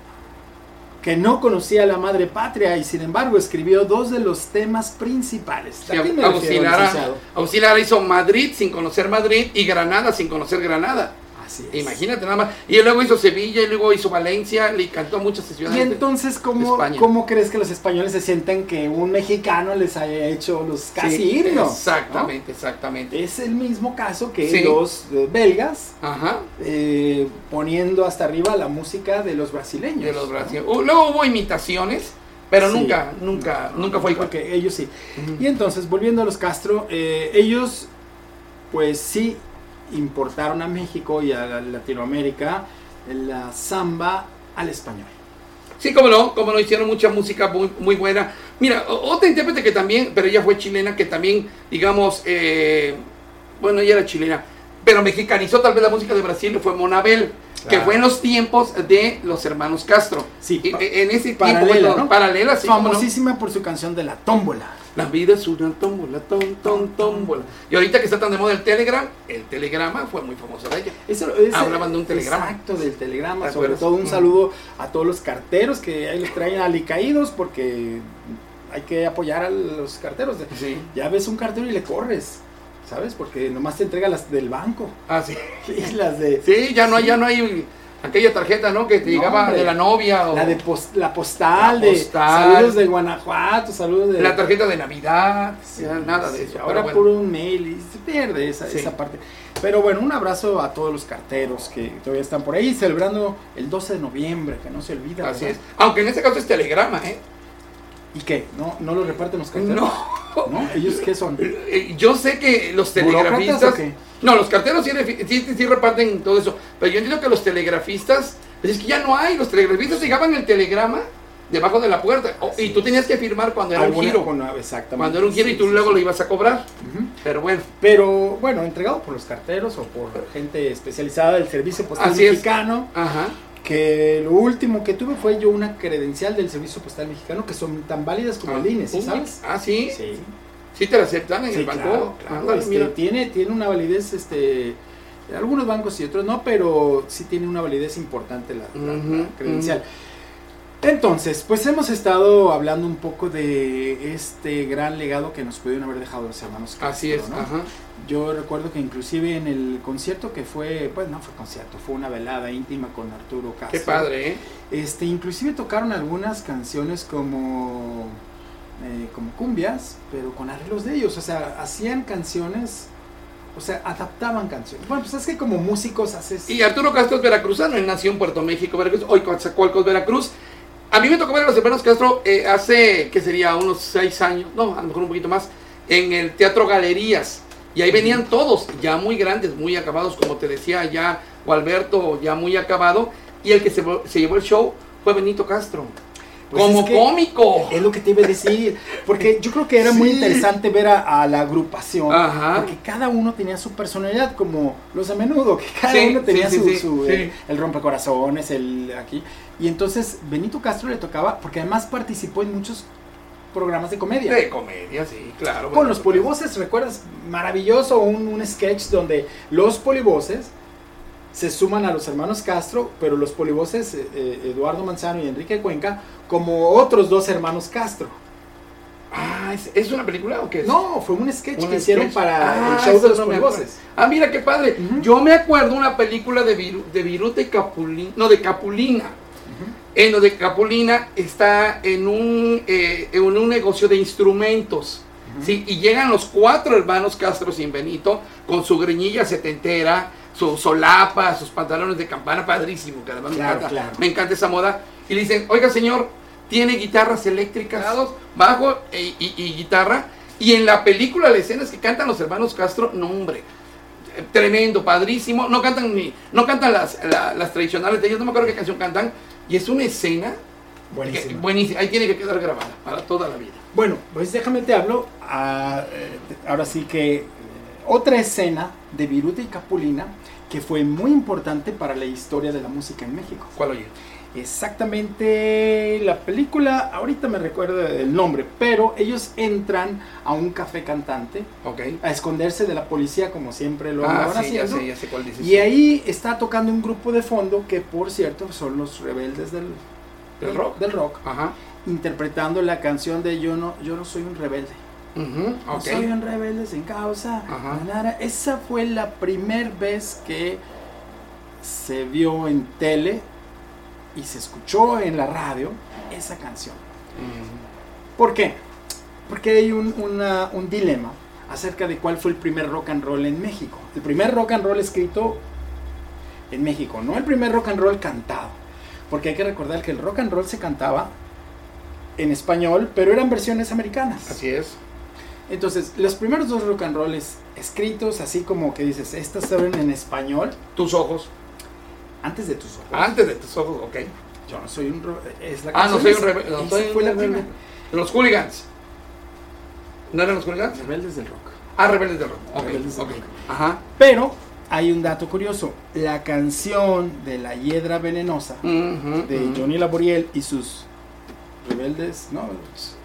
Speaker 3: que no conocía a la madre patria y sin embargo escribió dos de los temas principales.
Speaker 4: Sí,
Speaker 3: ¿A quién me refiero,
Speaker 4: Auxiliara,
Speaker 3: licenciado?
Speaker 4: Auxiliara hizo Madrid sin conocer Madrid y Granada sin conocer Granada.
Speaker 3: Así es.
Speaker 4: Imagínate nada más. Y luego hizo Sevilla y luego hizo Valencia, le cantó a muchas
Speaker 3: Y
Speaker 4: ciudades. de-
Speaker 3: entonces, ¿cómo,
Speaker 4: España.
Speaker 3: ¿cómo crees que los españoles se sientan que un mexicano les haya hecho los casi
Speaker 4: Sí,
Speaker 3: himnos? ¿no?
Speaker 4: Exactamente, exactamente.
Speaker 3: Es el mismo caso que
Speaker 4: Sí.
Speaker 3: los eh, belgas
Speaker 4: Ajá.
Speaker 3: eh, poniendo hasta arriba la música de los brasileños.
Speaker 4: De los
Speaker 3: ¿no?
Speaker 4: brasileños. Uh, Luego hubo imitaciones, pero
Speaker 3: Sí.
Speaker 4: nunca, nunca, nunca fue igual.
Speaker 3: Porque ellos sí.
Speaker 4: Ujú.
Speaker 3: Y entonces, volviendo a los Castro, eh, ellos pues sí importaron a México y a Latinoamérica la samba al español.
Speaker 4: Sí, como no, como no, hicieron mucha música muy, muy buena. Mira, o- otra intérprete que también, pero ella fue chilena, que también, digamos, eh, bueno, ella era chilena, pero mexicanizó tal vez la música de Brasil, fue Monabel, que
Speaker 3: Claro.
Speaker 4: fue en los tiempos de los hermanos Castro.
Speaker 3: Sí,
Speaker 4: Y- e,
Speaker 3: pa-
Speaker 4: en ese tiempo,
Speaker 3: paralela,
Speaker 4: fue todo-
Speaker 3: ¿no?
Speaker 4: paralela, sí, cómo no.
Speaker 3: Famosísima por su canción de la tómbola.
Speaker 4: La vida es una tómbola, tom, tom, tómbola. Y ahorita que está tan de moda el Telegram, el Telegrama fue muy famoso de ella.
Speaker 3: Eso, es-
Speaker 4: Ah, Hablaban de un telegrama.
Speaker 3: Exacto, del telegrama.
Speaker 4: ¿Te
Speaker 3: Sobre
Speaker 4: acuerdas?
Speaker 3: todo un
Speaker 4: Mm.
Speaker 3: saludo a todos los carteros que ahí los traen alicaídos porque hay que apoyar a los carteros.
Speaker 4: Sí.
Speaker 3: Ya ves un cartero y le corres, ¿sabes? Porque nomás te entrega las del banco
Speaker 4: Ah, sí.
Speaker 3: y las de...
Speaker 4: Sí, ya no, hay- ya no hay aquella tarjeta, ¿no? Que te
Speaker 3: No,
Speaker 4: llegaba
Speaker 3: hombre.
Speaker 4: de la novia o...
Speaker 3: La, de pos- la postal,
Speaker 4: La
Speaker 3: de
Speaker 4: postal.
Speaker 3: saludos de Guanajuato, saludos de...
Speaker 4: La tarjeta de Navidad,
Speaker 3: Sí,
Speaker 4: ya nada de
Speaker 3: sí,
Speaker 4: eso.
Speaker 3: Ahora
Speaker 4: pero bueno.
Speaker 3: puro un mail y se pierde esa,
Speaker 4: Sí.
Speaker 3: esa parte. Pero bueno, un abrazo a todos los carteros que todavía están por ahí celebrando el 12 de noviembre, que no se olvida.
Speaker 4: Así es.
Speaker 3: ¿verdad?
Speaker 4: Aunque en este caso es telegrama, ¿eh?
Speaker 3: ¿Y qué? ¿No, no lo reparten los carteros?
Speaker 4: No.
Speaker 3: ¿No? ¿Ellos qué son?
Speaker 4: Eh, Yo sé que los
Speaker 3: ¿Burócratas
Speaker 4: telegrafistas.
Speaker 3: o qué?
Speaker 4: No, los carteros sí, refi- sí- sí reparten todo eso. Pero yo entiendo que los telegrafistas. pues es que ya no hay. Los telegrafistas llegaban el telegrama debajo de la puerta. o- y tú tenías que firmar cuando era un
Speaker 3: Alguna-
Speaker 4: giro.
Speaker 3: con- exactamente.
Speaker 4: Cuando era un giro y
Speaker 3: Sí,
Speaker 4: tú
Speaker 3: sí,
Speaker 4: luego
Speaker 3: sí.
Speaker 4: lo ibas a cobrar.
Speaker 3: Ujú.
Speaker 4: Pero bueno.
Speaker 3: Pero bueno, entregado por los carteros o por gente especializada del Servicio Postal
Speaker 4: Así es.
Speaker 3: Mexicano.
Speaker 4: Ajá.
Speaker 3: Que lo último que tuve fue yo una credencial del Servicio Postal Mexicano que son tan válidas como el INE, ¿sí
Speaker 4: Uy,
Speaker 3: ¿sabes?
Speaker 4: Ah, sí. sí.
Speaker 3: Sí.
Speaker 4: te la aceptan en
Speaker 3: Sí,
Speaker 4: el banco.
Speaker 3: claro, claro,
Speaker 4: Ándale,
Speaker 3: este,
Speaker 4: mira.
Speaker 3: tiene, tiene una validez, este, algunos bancos y otros no, pero sí tiene una validez importante la, la- la
Speaker 4: Ujú,
Speaker 3: credencial. Entonces, pues hemos estado hablando un poco de este gran legado que nos pudieron haber dejado los hermanos Castro,
Speaker 4: Así es,
Speaker 3: ¿no?
Speaker 4: ajá.
Speaker 3: Yo recuerdo que inclusive en el concierto que fue, pues no fue concierto, fue una velada íntima con Arturo Castro.
Speaker 4: Qué padre, ¿eh?
Speaker 3: Este, inclusive tocaron algunas canciones como eh, como cumbias, pero con arreglos de ellos, o sea, hacían canciones, o sea, adaptaban canciones. Bueno, pues es que como músicos haces
Speaker 4: Y Arturo Castro es veracruzano, él nació en Puerto México, Veracruz, hoy Coatzacoalcos, Veracruz. A mí me tocó ver a los hermanos Castro eh, hace, que sería unos seis años, no, a lo mejor un poquito más, en el Teatro Galerías. Y ahí venían todos, ya muy grandes, muy acabados, como te decía ya Gualberto, ya muy acabado. Y el que se, se llevó el show fue Benito Castro.
Speaker 3: Pues
Speaker 4: como
Speaker 3: es que-
Speaker 4: cómico.
Speaker 3: Es lo que te iba a decir, porque yo creo que era muy
Speaker 4: Sí.
Speaker 3: interesante ver a, a la agrupación,
Speaker 4: Ajá.
Speaker 3: porque cada uno tenía su personalidad, como los a menudo, que cada
Speaker 4: Sí,
Speaker 3: uno
Speaker 4: sí,
Speaker 3: tenía
Speaker 4: sí,
Speaker 3: su,
Speaker 4: sí,
Speaker 3: su-
Speaker 4: sí.
Speaker 3: El, el rompecorazones, el aquí. Y entonces Benito Castro le tocaba, porque además participó en muchos programas de comedia.
Speaker 4: De comedia, sí, claro.
Speaker 3: Con los
Speaker 4: Benito
Speaker 3: polivoces, ¿recuerdas? Maravilloso un, un sketch donde los polivoces se suman a los hermanos Castro, pero los polivoces, eh, eh, Eduardo Manzano y Enrique Cuenca, como otros dos hermanos Castro.
Speaker 4: Castro. Ah, ¿es, es una película o qué es?
Speaker 3: No, fue un sketch
Speaker 4: Un
Speaker 3: que hicieron
Speaker 4: sketch.
Speaker 3: para
Speaker 4: Ah,
Speaker 3: el show
Speaker 4: eso
Speaker 3: de los
Speaker 4: no me
Speaker 3: polivoces.
Speaker 4: acuerdo. Ah, mira qué padre.
Speaker 3: Ujú.
Speaker 4: Yo me acuerdo una película de, Viru- de Viruta y Capulina, no, de Capulina. En donde Capulina está en un, eh, en un negocio de instrumentos. ¿sí? Y llegan los cuatro hermanos Castro sin Benito con su greñilla setentera, su solapa, sus pantalones de campana, padrísimo, que además
Speaker 3: Claro,
Speaker 4: me, encanta,
Speaker 3: claro.
Speaker 4: me encanta esa moda. Y le dicen, oiga señor, tiene guitarras eléctricas, bajo e- y, y guitarra. Y en la película, la escena es que cantan los hermanos Castro, no hombre, eh, tremendo, padrísimo. No cantan ni, no cantan las, la- las tradicionales de ellos, no me acuerdo qué canción cantan. Y es una escena que-
Speaker 3: Buenísimo.
Speaker 4: buenísima, ahí tiene que quedar grabada para toda la vida.
Speaker 3: Bueno, pues déjame te hablo. a, eh, ahora sí que eh, otra escena de Viruta y Capulina que fue muy importante para la historia de la música en México.
Speaker 4: ¿Cuál oye?
Speaker 3: Exactamente la película, ahorita me recuerdo el nombre, pero ellos entran a un café cantante
Speaker 4: Ok.
Speaker 3: a esconderse de la policía como siempre lo
Speaker 4: Ah,
Speaker 3: andaban
Speaker 4: sí, ya
Speaker 3: haciendo.
Speaker 4: sé, ya sé cuál dices.
Speaker 3: Y ahí está tocando un grupo de fondo que por cierto son los rebeldes del,
Speaker 4: ¿Del rock?
Speaker 3: del rock,
Speaker 4: Ajá.
Speaker 3: interpretando la canción de Yo no, yo no soy un rebelde.
Speaker 4: Ujú,
Speaker 3: No
Speaker 4: ok.
Speaker 3: soy un rebelde sin causa.
Speaker 4: Ajá.
Speaker 3: na, na, na. Esa fue la primera vez que se vio en tele y se escuchó en la radio esa canción.
Speaker 4: Mm,
Speaker 3: ¿Por qué? Porque hay un, una- un dilema acerca de cuál fue el primer rock and roll en México. El primer rock and roll escrito en México, no el primer rock and roll cantado. Porque hay que recordar que el rock and roll se cantaba en español, pero eran versiones americanas.
Speaker 4: Así es.
Speaker 3: Entonces, los primeros dos rock and rolls escritos, así como que dices, estas fueron en español,
Speaker 4: Tus ojos.
Speaker 3: antes de tus ojos.
Speaker 4: Antes de tus ojos, ok.
Speaker 3: Yo no soy un ro- es la
Speaker 4: Ah, no
Speaker 3: Ah, canción
Speaker 4: soy un
Speaker 3: esa-
Speaker 4: rebelde. No
Speaker 3: esa
Speaker 4: soy un
Speaker 3: fue la
Speaker 4: rebelde.
Speaker 3: primera.
Speaker 4: Los hooligans. ¿No eran los hooligans?
Speaker 3: Rebeldes del rock.
Speaker 4: Ah, rebeldes del rock. Ok,
Speaker 3: Rebeldes del
Speaker 4: ok.
Speaker 3: rock.
Speaker 4: Ajá.
Speaker 3: Pero hay un dato curioso, la canción de la hiedra venenosa
Speaker 4: Mm, Ujú,
Speaker 3: de
Speaker 4: ujú.
Speaker 3: Johnny Laboriel y sus rebeldes, no, los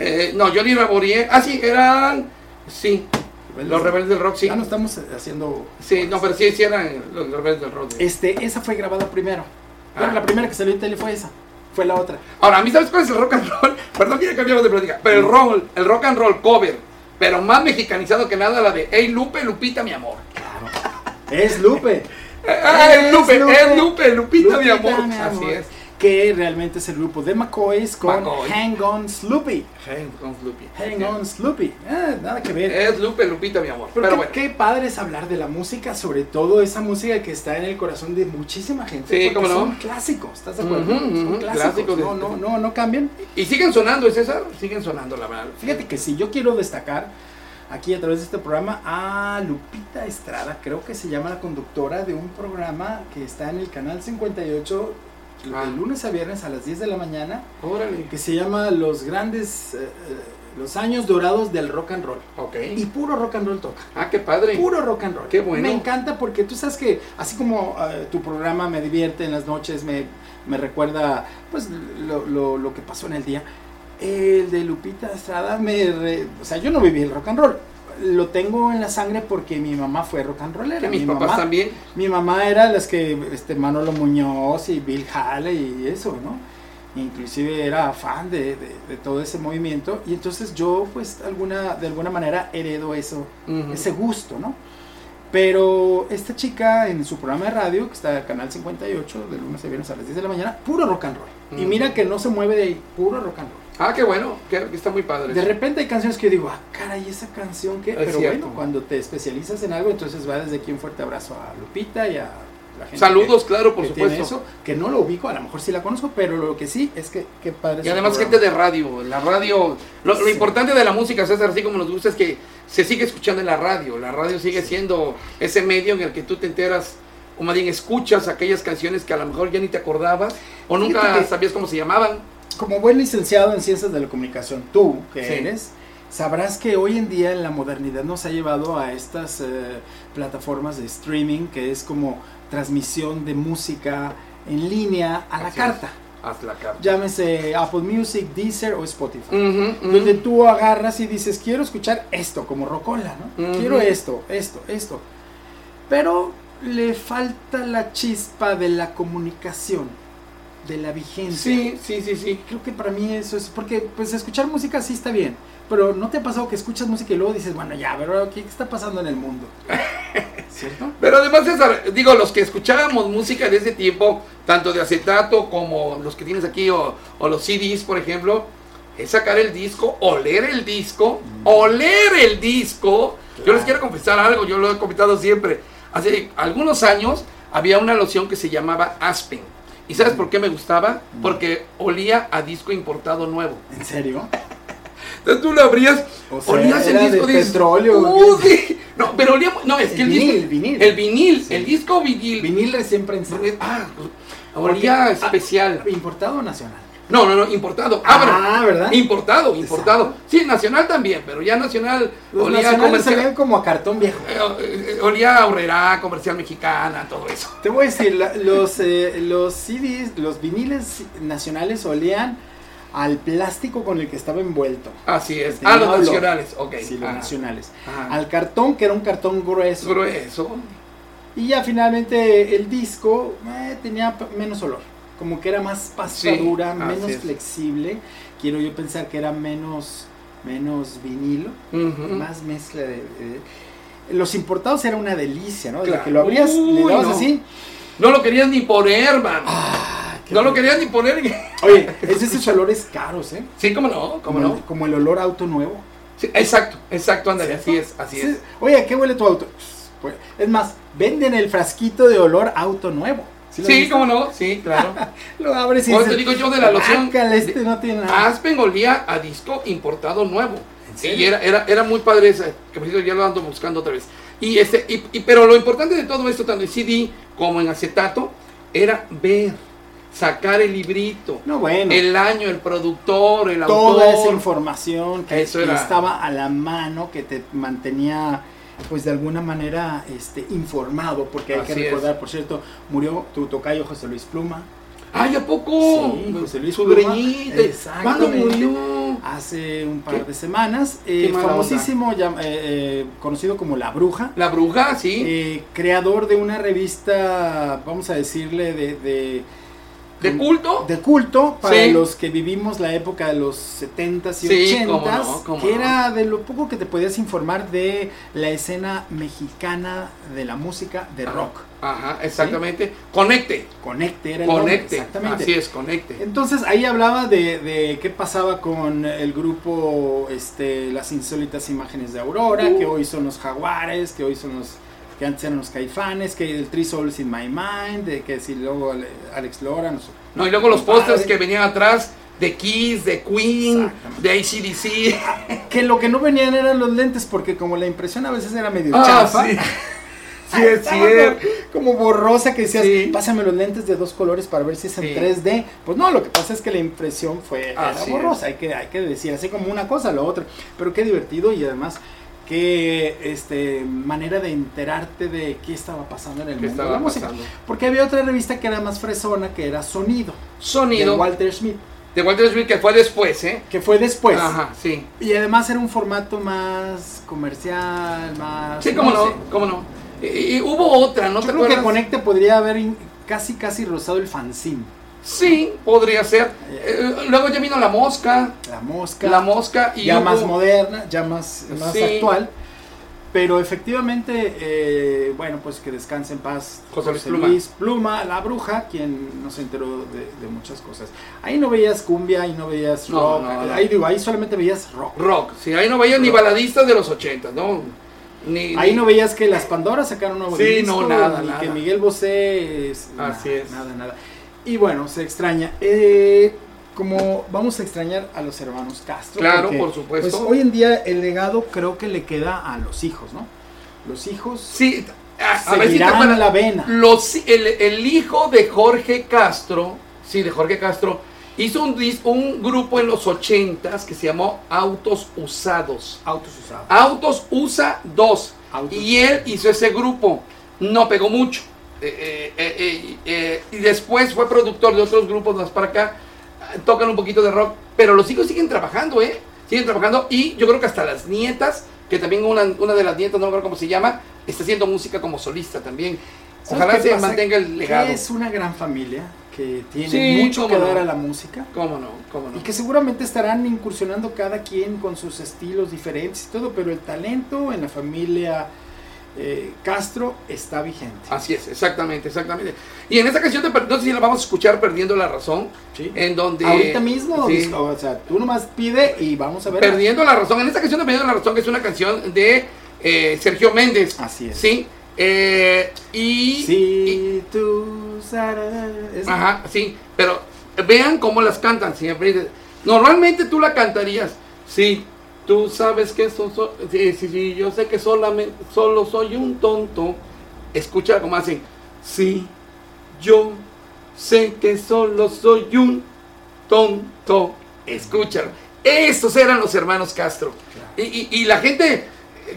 Speaker 4: Eh, no, Johnny Raborié. Ah, sí, eran. Sí, los rebeldes del rock, sí.
Speaker 3: Ya no estamos haciendo
Speaker 4: Sí, no, pero sí, sí eran los rebeldes del rock.
Speaker 3: este esa fue grabada primero. Pero
Speaker 4: Ah.
Speaker 3: la primera que salió en tele fue esa. Fue la otra.
Speaker 4: Ahora, a mí, ¿sabes cuál es el rock and roll? Perdón que ya cambiamos de plática, pero el rock, el rock and roll cover, pero más mexicanizado que nada, la de Hey Lupe, Lupita, mi amor.
Speaker 3: Es Lupe.
Speaker 4: Ah, el
Speaker 3: Es
Speaker 4: Lupe,
Speaker 3: Lupe.
Speaker 4: el Lupe, Lupita, mi
Speaker 3: Lupita,
Speaker 4: amor.
Speaker 3: mi
Speaker 4: Así
Speaker 3: amor.
Speaker 4: es.
Speaker 3: Que realmente es el grupo de McCoys con
Speaker 4: McCoy.
Speaker 3: Hang On Sloopy.
Speaker 4: Con Lupe.
Speaker 3: Hang On Sloopy. Ah, nada que ver.
Speaker 4: Es Lupe, Lupita, mi amor.
Speaker 3: Pero,
Speaker 4: Eh, Pero
Speaker 3: qué,
Speaker 4: bueno.
Speaker 3: qué padre es hablar de la música, sobre todo esa música que está en el corazón de muchísima gente.
Speaker 4: Sí,
Speaker 3: porque
Speaker 4: cómo no.
Speaker 3: Son clásicos, ¿estás de acuerdo?
Speaker 4: Ujú,
Speaker 3: son
Speaker 4: ujú,
Speaker 3: clásicos.
Speaker 4: clásicos de-
Speaker 3: no, no, no, no cambian.
Speaker 4: Y siguen sonando, ¿es César? Siguen sonando, la verdad.
Speaker 3: Fíjate que si yo quiero destacar aquí a través de este programa a Lupita Estrada, creo que se llama la conductora de un programa que está en el canal 58
Speaker 4: Ah.
Speaker 3: de lunes a viernes a las 10 de la mañana,
Speaker 4: Órale.
Speaker 3: que se llama Los grandes, eh, eh, los años dorados del rock and roll.
Speaker 4: Ok.
Speaker 3: Y puro rock and roll toca.
Speaker 4: Ah, qué padre.
Speaker 3: Puro rock and roll.
Speaker 4: Qué bueno.
Speaker 3: Me encanta porque tú sabes que así como eh, tu programa me divierte en las noches, me, me recuerda pues lo, lo- lo que pasó en el día, el de Lupita Estrada me... re- o sea, yo no viví el rock and roll. Lo tengo en la sangre porque mi mamá fue rock and rollera.
Speaker 4: Que mis
Speaker 3: mi
Speaker 4: papás
Speaker 3: mamá,
Speaker 4: también.
Speaker 3: Mi mamá era las que este Manolo Muñoz y Bill Haley y eso, ¿no? inclusive era fan de, de- de todo ese movimiento y entonces yo pues alguna, de alguna manera heredo eso,
Speaker 4: Ujú.
Speaker 3: ese gusto, ¿no? Pero esta chica en su programa de radio, que está en el canal 58, de lunes a viernes a las 10 de la mañana, puro rock and roll. Y
Speaker 4: Mm.
Speaker 3: mira que no se mueve de ahí, puro rock and roll.
Speaker 4: Ah, qué bueno, que, que está muy padre.
Speaker 3: De repente hay canciones que yo digo, ah, caray, esa canción que.
Speaker 4: Es
Speaker 3: Pero
Speaker 4: cierto.
Speaker 3: bueno, cuando te especializas en algo, entonces va desde aquí un fuerte abrazo a Lupita y a la gente.
Speaker 4: Saludos,
Speaker 3: que-
Speaker 4: claro, por
Speaker 3: que tiene
Speaker 4: supuesto.
Speaker 3: eso, que no lo ubico, a lo mejor sí la conozco, pero lo que sí es que qué padre.
Speaker 4: Y además gente de radio, la radio, lo, lo
Speaker 3: Sí.
Speaker 4: importante de la música, César, así como nos gusta, es que se sigue escuchando en la radio, la radio sigue siendo ese medio en el que tú te enteras, o más bien escuchas aquellas canciones que a lo mejor ya ni te acordabas, o nunca
Speaker 3: Fíjate que-
Speaker 4: sabías cómo se llamaban.
Speaker 3: Como buen licenciado en ciencias de la comunicación, tú que
Speaker 4: Sí.
Speaker 3: eres, sabrás que hoy en día la modernidad nos ha llevado a estas eh, plataformas de streaming, que es como transmisión de música en línea a la
Speaker 4: Así es.
Speaker 3: carta.
Speaker 4: Haz la carta.
Speaker 3: Llámese Apple Music, Deezer o Spotify.
Speaker 4: Ujú, ujú.
Speaker 3: Donde tú agarras y dices, quiero escuchar esto, como Rocola, ¿no?
Speaker 4: Ujú.
Speaker 3: Quiero esto, esto, esto. Pero le falta la chispa de la comunicación, de la vigencia.
Speaker 4: Sí, sí, sí, sí.
Speaker 3: Creo que para mí eso es, porque pues escuchar música sí está bien, pero ¿no te ha pasado que escuchas música y luego dices, bueno, ya, pero ¿qué está pasando en el mundo? ¿Cierto?
Speaker 4: Pero además, César, digo, los que escuchábamos música de ese tiempo, tanto de acetato como los que tienes aquí, o, o los CDs, por ejemplo, es sacar el disco, oler el disco, oler el disco. Yo les quiero confesar algo, yo lo he comentado siempre. Hace algunos años había una loción que se llamaba Aspen. ¿Y sabes por qué me gustaba? Porque olía a disco importado nuevo.
Speaker 3: ¿En serio?
Speaker 4: Entonces tú lo abrías,
Speaker 3: O sea,
Speaker 4: olías el
Speaker 3: era
Speaker 4: disco
Speaker 3: de
Speaker 4: dices,
Speaker 3: petróleo,
Speaker 4: "Uh,
Speaker 3: ¿qué?"
Speaker 4: sí". No, pero olía. No, es
Speaker 3: El
Speaker 4: que el,
Speaker 3: vinil,
Speaker 4: disco.
Speaker 3: el vinil.
Speaker 4: El vinil,
Speaker 3: Sí.
Speaker 4: el disco vinil.
Speaker 3: Vinil recién prensado.
Speaker 4: Ah, olía
Speaker 3: Porque- ah,
Speaker 4: especial.
Speaker 3: ¿Importado o nacional?
Speaker 4: No, no, no, importado. Ah,
Speaker 3: Ah, ¿verdad?
Speaker 4: Importado, importado. Sí, nacional también, pero ya nacional
Speaker 3: Los
Speaker 4: olía a
Speaker 3: nacionales se ven
Speaker 4: comercial.
Speaker 3: como a cartón viejo.
Speaker 4: eh, eh, Olía a Aurrera, comercial mexicana, todo eso.
Speaker 3: Te voy a decir, la- los, eh, los CDs, los viniles nacionales olían al plástico con el que estaba envuelto.
Speaker 4: Así es.
Speaker 3: Tenía
Speaker 4: Ah, los
Speaker 3: olor.
Speaker 4: nacionales, ok.
Speaker 3: Sí, los
Speaker 4: Ah,
Speaker 3: nacionales.
Speaker 4: Ajá.
Speaker 3: Al cartón, que era un cartón grueso.
Speaker 4: Grueso.
Speaker 3: Y ya finalmente el disco eh, tenía p- menos olor. Como que era más pasta
Speaker 4: Sí,
Speaker 3: dura,
Speaker 4: así
Speaker 3: menos
Speaker 4: es.
Speaker 3: flexible. Quiero yo pensar que era menos, menos vinilo.
Speaker 4: Ujú.
Speaker 3: más mezcla de, de- los importados era una delicia, ¿no? Desde
Speaker 4: Claro.
Speaker 3: que lo abrías,
Speaker 4: Uy,
Speaker 3: le dabas
Speaker 4: no.
Speaker 3: así.
Speaker 4: No lo querías ni poner, man. no lo
Speaker 3: Ah, rico.
Speaker 4: querías ni poner.
Speaker 3: Oye, es de esos olores caros, ¿eh?
Speaker 4: Sí, cómo no, cómo
Speaker 3: como,
Speaker 4: no.
Speaker 3: El, como el olor a auto nuevo.
Speaker 4: Sí, exacto, exacto, ándale,
Speaker 3: ¿cierto?
Speaker 4: así es, así
Speaker 3: Sí.
Speaker 4: es.
Speaker 3: Oye, ¿a qué huele tu auto? Pues, es más, venden el frasquito de olor a auto nuevo.
Speaker 4: Sí,
Speaker 3: lo has visto?
Speaker 4: cómo no, sí, claro.
Speaker 3: Lo abres y
Speaker 4: Oye, te digo yo de Ah, la loción.
Speaker 3: "Guácala, este no tiene nada.
Speaker 4: Aspen olía a disco importado nuevo.
Speaker 3: ¿En serio?
Speaker 4: Y era, era, era muy padre esa, que por cierto ya lo ando buscando otra vez. Y este, y, y- pero lo importante de todo esto, tanto en CD como en acetato, era ver, sacar el librito,
Speaker 3: No, bueno.
Speaker 4: el año, el productor, el
Speaker 3: toda
Speaker 4: autor.
Speaker 3: esa información que,
Speaker 4: Eso
Speaker 3: que
Speaker 4: era.
Speaker 3: estaba a la mano, que te mantenía, pues de alguna manera, este, informado, porque hay
Speaker 4: Así
Speaker 3: que
Speaker 4: es.
Speaker 3: recordar, por cierto, murió tu tocayo José Luis Pluma.
Speaker 4: ¡Ay, a poco!
Speaker 3: Sí, José Luis
Speaker 4: Su
Speaker 3: Pluma,
Speaker 4: greñita. ¿Cuándo
Speaker 3: exactamente.
Speaker 4: murió?
Speaker 3: Hace un
Speaker 4: Qué-
Speaker 3: par de semanas, eh,
Speaker 4: qué mala
Speaker 3: famosísimo, llam- eh, eh, conocido como La Bruja,
Speaker 4: La bruja, sí.
Speaker 3: eh, creador de una revista, vamos a decirle, de- de
Speaker 4: ¿De culto?
Speaker 3: Eh, de culto para
Speaker 4: Sí.
Speaker 3: los que vivimos la época de los 70s y
Speaker 4: Sí,
Speaker 3: 80s,
Speaker 4: cómo no, cómo
Speaker 3: que
Speaker 4: no.
Speaker 3: era de lo poco que te podías informar de la escena mexicana de la música de rock.
Speaker 4: Ajá, exactamente. Conecte,
Speaker 3: Conecte era el nombre,
Speaker 4: conecte.
Speaker 3: exactamente.
Speaker 4: Así es, conecte.
Speaker 3: Entonces ahí hablaba de, de qué pasaba con el grupo este, Las Insólitas Imágenes de Aurora, que hoy son los Jaguares, que hoy son los que antes eran los Caifanes, que el Three Souls in My Mind, de que si luego Ale- Alex Lora, no sé.
Speaker 4: No, y luego los pósters
Speaker 3: Padre.
Speaker 4: que venían atrás de Kiss, de Queen,
Speaker 3: Exactamente.
Speaker 4: de ACDC.
Speaker 3: Que lo que no venían eran los lentes, porque como la impresión a veces era medio chafa,
Speaker 4: Ah, sí. Sí, es
Speaker 3: estaba
Speaker 4: cierto.
Speaker 3: Como, como borrosa que decías,
Speaker 4: Sí.
Speaker 3: pásame los lentes de dos colores para ver si es en
Speaker 4: Sí.
Speaker 3: 3D. Pues no, lo que pasa es que la impresión fue era
Speaker 4: Así
Speaker 3: borrosa, hay que, hay que decir así como una cosa, lo otra. Pero qué divertido y además qué este, manera de enterarte de qué estaba pasando en el
Speaker 4: ¿Qué
Speaker 3: mundo de
Speaker 4: estaba
Speaker 3: la música.
Speaker 4: pasando?
Speaker 3: Porque había otra revista que era más fresona, que era Sonido,
Speaker 4: Sonido
Speaker 3: de Walter Schmidt,
Speaker 4: de Walter Smith, que fue después, ¿eh?
Speaker 3: que fue después.
Speaker 4: Ajá, sí.
Speaker 3: Y además era un formato más comercial, más...
Speaker 4: Sí, cómo
Speaker 3: sé.
Speaker 4: no, cómo no. Y, y hubo otra, ¿no
Speaker 3: Yo
Speaker 4: te
Speaker 3: creo
Speaker 4: acuerdas?
Speaker 3: que Conecte podría haber in- casi casi rozado el fanzine.
Speaker 4: Sí, podría ser. Eh, luego ya vino La Mosca.
Speaker 3: La mosca.
Speaker 4: La Mosca y
Speaker 3: ya
Speaker 4: hubo-
Speaker 3: más moderna, ya más, más
Speaker 4: Sí.
Speaker 3: actual. Pero efectivamente, eh, bueno, pues que descanse en paz
Speaker 4: José Luis Pluma.
Speaker 3: Pluma, la bruja, quien nos enteró de, de muchas cosas. Ahí no veías cumbia, ahí no veías
Speaker 4: No,
Speaker 3: rock,
Speaker 4: no, no.
Speaker 3: Ahí, digo, ahí solamente veías rock.
Speaker 4: Rock. Sí, ahí no veían ni baladistas de los 80, ¿no? Ni,
Speaker 3: Ahí
Speaker 4: ni-
Speaker 3: no veías que las Pandoras sacaron un nuevo
Speaker 4: Sí,
Speaker 3: disco,
Speaker 4: no, nada,
Speaker 3: ni
Speaker 4: nada.
Speaker 3: que Miguel Bosé es-
Speaker 4: Así
Speaker 3: nada,
Speaker 4: es.
Speaker 3: nada, nada. Y bueno, se extraña. Eh, como vamos a extrañar a los hermanos Castro.
Speaker 4: Claro, por supuesto.
Speaker 3: pues, hoy en día el legado creo que le queda a los hijos, ¿no? Los hijos
Speaker 4: Sí, ah, Mm. a, a ver si te
Speaker 3: seguirán
Speaker 4: acuerdas.
Speaker 3: la vena.
Speaker 4: Los- el, el hijo de Jorge Castro, sí, de Jorge Castro, hizo un, dis- un grupo en los 80s que se llamó Autos Usados.
Speaker 3: Autos
Speaker 4: Ah,
Speaker 3: usados.
Speaker 4: Autos USA 2.
Speaker 3: Autos.
Speaker 4: Y él hizo ese grupo. No pegó mucho. Eh, eh, eh, eh, eh, y después fue productor de otros grupos más para acá. Eh, Tocan un poquito de rock. Pero los hijos siguen trabajando, ¿eh? Siguen trabajando. Y yo creo que hasta las nietas, que también una, una de las nietas, no recuerdo cómo se llama, está haciendo música como solista también.
Speaker 3: ¿Sabes
Speaker 4: Ojalá
Speaker 3: qué
Speaker 4: se
Speaker 3: pasa?
Speaker 4: mantenga el legado.
Speaker 3: Que es una gran familia que tiene
Speaker 4: Sí,
Speaker 3: mucho que
Speaker 4: cómo no.
Speaker 3: dar a la música.
Speaker 4: ¿Cómo no? ¿Cómo no?
Speaker 3: Y que seguramente estarán incursionando cada quien con sus estilos diferentes y todo, pero el talento en la familia eh, Castro está vigente.
Speaker 4: Así es, exactamente, exactamente. Y en esta canción, de, Per- no sé si la vamos a escuchar Perdiendo la Razón.
Speaker 3: ¿sí?
Speaker 4: En donde.
Speaker 3: Ahorita mismo,
Speaker 4: Sí.
Speaker 3: disco, o sea, tú nomás pide y vamos a ver.
Speaker 4: Perdiendo la razón. En esta canción de Perdiendo la razón, que es una canción de eh, Sergio Méndez.
Speaker 3: Así es.
Speaker 4: Sí. Eh, y,
Speaker 3: Si tú sarara-
Speaker 4: y-
Speaker 3: es-
Speaker 4: Ajá, sí. Pero vean cómo las cantan, señor Méndez. Normalmente tú la cantarías. Sí. Tú sabes que eso so- sí, sí, sí, yo sé que solamente, solo soy un tonto. Escucha cómo hacen. Sí, yo sé que solo soy un tonto. Escúchalo. Estos eran los hermanos Castro. Y, y- y la gente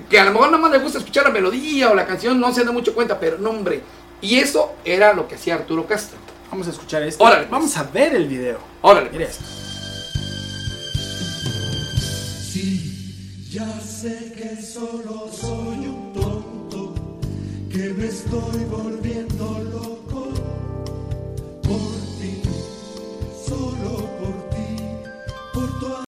Speaker 4: que a lo mejor nada más le gusta escuchar la melodía o la canción no se da mucho cuenta, pero no, hombre. Y eso era lo que hacía Arturo Castro.
Speaker 3: Vamos a escuchar esto.
Speaker 4: Órale. pues.
Speaker 3: Vamos a ver el video.
Speaker 4: Órale.
Speaker 3: Mira esto.
Speaker 5: Sí, ya sé que solo soy un tonto, que me estoy volviendo loco por ti, solo por ti, por tu amor.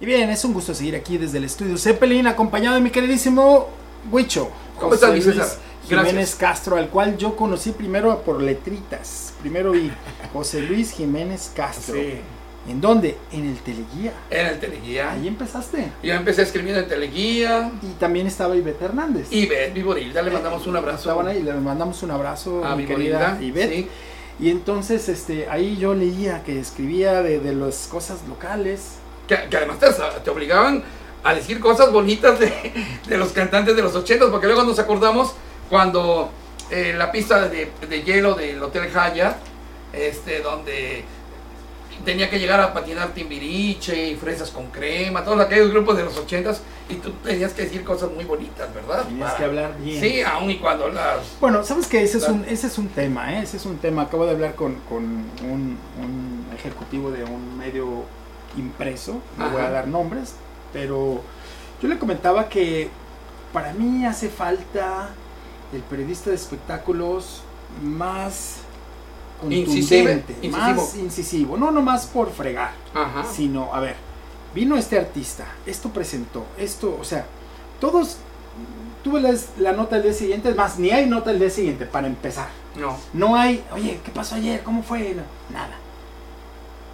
Speaker 3: Y bien, es un gusto seguir aquí desde el estudio Zeppelin, acompañado de mi queridísimo Huicho.
Speaker 4: ¿Cómo estás, mi
Speaker 3: Luis
Speaker 4: César? Gracias.
Speaker 3: Jiménez Castro, al cual yo conocí primero por letritas. Primero vi José Luis Jiménez Castro.
Speaker 4: Sí.
Speaker 3: ¿En dónde? En el Teleguía.
Speaker 4: pues. Era el Teleguía.
Speaker 3: Ahí empezaste.
Speaker 4: Yo empecé escribiendo en Teleguía.
Speaker 3: Y también estaba Ivette Hernández.
Speaker 4: Y Bet Viborilda, le mandamos un abrazo.
Speaker 3: Estaban Eh, ahí, le mandamos un abrazo
Speaker 4: A
Speaker 3: a mi querida
Speaker 4: Viborilda.
Speaker 3: Ivette.
Speaker 4: sí.
Speaker 3: Y entonces este, ahí yo leía que escribía de, de las cosas locales.
Speaker 4: Que, que además te, te obligaban a decir cosas bonitas de, de los cantantes de los 80 porque luego nos acordamos cuando eh, la pista de, de hielo del Hotel Haya, este, donde tenía que llegar a patinar timbiriche y fresas con crema, todos aquellos grupos de los 80 y tú tenías que decir cosas muy bonitas, ¿verdad?
Speaker 3: Tenías
Speaker 4: Para-
Speaker 3: que hablar bien.
Speaker 4: Sí, aun y cuando las...
Speaker 3: Bueno, sabes que ese es
Speaker 4: Claro.
Speaker 3: un, ese es un tema, ¿eh? ese es un tema. Acabo de hablar con, con un, un ejecutivo de un medio impreso, no voy a
Speaker 4: Ajá.
Speaker 3: dar nombres, pero yo le comentaba que para mí hace falta el periodista de espectáculos más
Speaker 4: Incisivo,
Speaker 3: contundente, más
Speaker 4: incisivo.
Speaker 3: incisivo, no nomás por fregar,
Speaker 4: Ajá.
Speaker 3: sino, a ver, vino este artista, esto presentó, esto, o sea, todos tú lees la nota del día siguiente, es más, ni hay nota del día siguiente para empezar.
Speaker 4: No.
Speaker 3: No hay, oye, ¿qué pasó ayer? ¿Cómo fue? No, nada.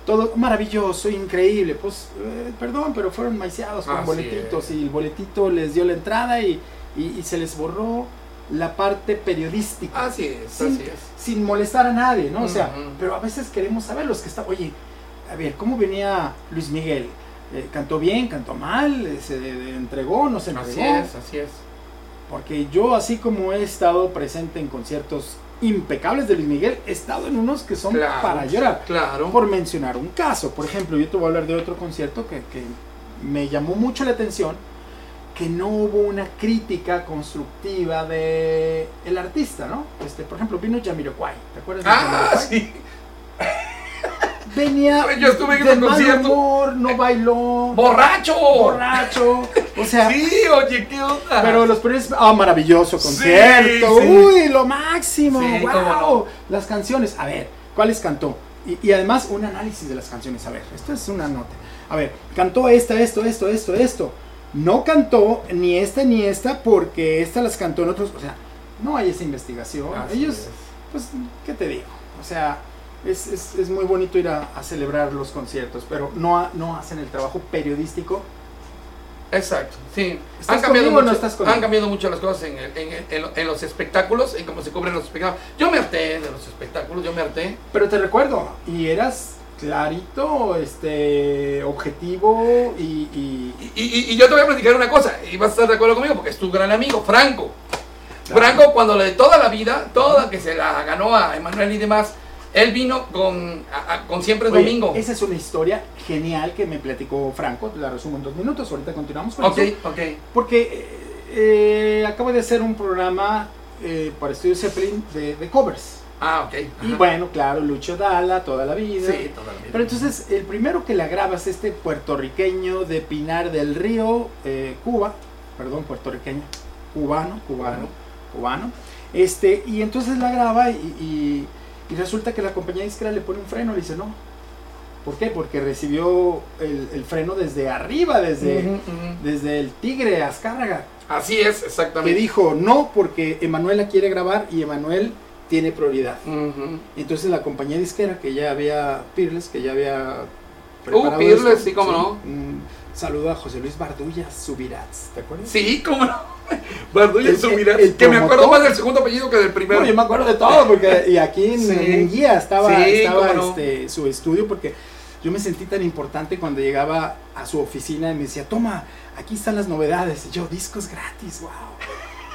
Speaker 3: Todo maravilloso, increíble. Pues, eh, perdón, pero fueron maiciados con
Speaker 4: Así
Speaker 3: boletitos
Speaker 4: es.
Speaker 3: y el boletito les dio la entrada y, y- y se les borró la parte periodística.
Speaker 4: Así es,
Speaker 3: sin,
Speaker 4: así es.
Speaker 3: sin molestar a nadie, ¿no? O sea,
Speaker 4: Ujú.
Speaker 3: pero a veces queremos saber los que está, oye, a ver, ¿cómo venía Luis Miguel? Eh, ¿Cantó bien? ¿Cantó mal? Eh, ¿Se entregó? ¿No se entregó?
Speaker 4: Así es, así es.
Speaker 3: Porque yo, así como he estado presente en conciertos impecables de Luis Miguel, he estado en unos que son
Speaker 4: Claro,
Speaker 3: para llorar.
Speaker 4: Claro.
Speaker 3: Por mencionar un caso, por ejemplo, yo te voy a hablar de otro concierto que, que me llamó mucho la atención, que no hubo una crítica constructiva de el artista, ¿no? Este, por ejemplo, vino Jamiroquai, ¿te acuerdas? de
Speaker 4: Ah,
Speaker 3: Jamiroquai?
Speaker 4: sí.
Speaker 3: Venía
Speaker 4: Yo estuve en
Speaker 3: de
Speaker 4: un
Speaker 3: mal
Speaker 4: concierto.
Speaker 3: humor, no bailó,
Speaker 4: ¡Borracho!
Speaker 3: borracho, o sea,
Speaker 4: Sí, oye, ¿qué onda?
Speaker 3: Pero los periodistas, ah, maravilloso
Speaker 4: Sí,
Speaker 3: concierto,
Speaker 4: sí.
Speaker 3: uy, lo máximo,
Speaker 4: Sí,
Speaker 3: wow,
Speaker 4: cómo no.
Speaker 3: las canciones, a ver, ¿cuáles cantó? Y, y además un análisis de las canciones, a ver, esto es una nota, a ver, cantó esta, esto, esto, esto, esto, no cantó ni esta ni esta porque esta las cantó en otros, o sea, no hay esa investigación,
Speaker 4: Así
Speaker 3: ellos,
Speaker 4: es.
Speaker 3: pues, ¿qué te digo? O sea, es, es- es muy bonito ir a, a celebrar los conciertos, pero no, ha- no hacen el trabajo periodístico
Speaker 4: Exacto, sí.
Speaker 3: ¿Estás
Speaker 4: Han cambiado,
Speaker 3: conmigo o no
Speaker 4: mucho,
Speaker 3: estás conmigo?
Speaker 4: han cambiado mucho las cosas en, el- en el- en lo- en los espectáculos, en cómo se cubren los espectáculos. Yo me harté de los espectáculos, yo me harté.
Speaker 3: Pero te recuerdo, y eras clarito, este, objetivo y... y-
Speaker 4: Y, y- y yo te voy a platicar una cosa, y vas a estar de acuerdo conmigo, porque es tu gran amigo, Franco.
Speaker 3: Claro.
Speaker 4: Franco, cuando le toda la vida, toda que se la ganó a Emanuel y demás, él vino con, a- a- con Siempre es
Speaker 3: Oye,
Speaker 4: Domingo.
Speaker 3: Esa es una historia genial que me platicó Franco, la resumo en dos minutos, ahorita continuamos con
Speaker 4: Ok,
Speaker 3: eso.
Speaker 4: ok.
Speaker 3: Porque eh, acabo de hacer un programa eh, para Estudio Zeppelin de, de covers.
Speaker 4: Ah, ok.
Speaker 3: Y
Speaker 4: ajá.
Speaker 3: bueno, claro, Lucho Dalla toda la vida.
Speaker 4: sí, totalmente.
Speaker 3: Pero entonces, el primero que la grabas, este puertorriqueño de Pinar del Río, eh, Cuba, perdón, puertorriqueño, cubano, cubano, cubano, este, y entonces la graba y, y- y resulta que la compañía disquera le pone un freno, le dice, no. ¿Por qué? Porque recibió el, el freno desde arriba, desde,
Speaker 4: Ujú, ujú.
Speaker 3: desde el tigre Azcárraga,
Speaker 4: Así es,
Speaker 3: que
Speaker 4: exactamente.
Speaker 3: dijo, no, porque Emanuela quiere grabar y Emanuel tiene prioridad.
Speaker 4: Ujú.
Speaker 3: Entonces la compañía disquera que ya había, Pirles, que ya había...
Speaker 4: Uh, Pirles, sí, cómo no.
Speaker 3: Un mm, saludo a José Luis Bardulla Subirats, ¿te acuerdas?
Speaker 4: Sí, cómo no. Bardulla
Speaker 3: El-
Speaker 4: Subirats,
Speaker 3: el- el
Speaker 4: que me acuerdo
Speaker 3: promotor.
Speaker 4: más del segundo apellido que del primero.
Speaker 3: No, yo me acuerdo de todo, porque y aquí en,
Speaker 4: Sí.
Speaker 3: en Guía estaba,
Speaker 4: Sí,
Speaker 3: estaba
Speaker 4: cómo no.
Speaker 3: este, su estudio, porque yo me sentí tan importante cuando llegaba a su oficina y me decía, toma, aquí están las novedades. Y yo, discos gratis, wow.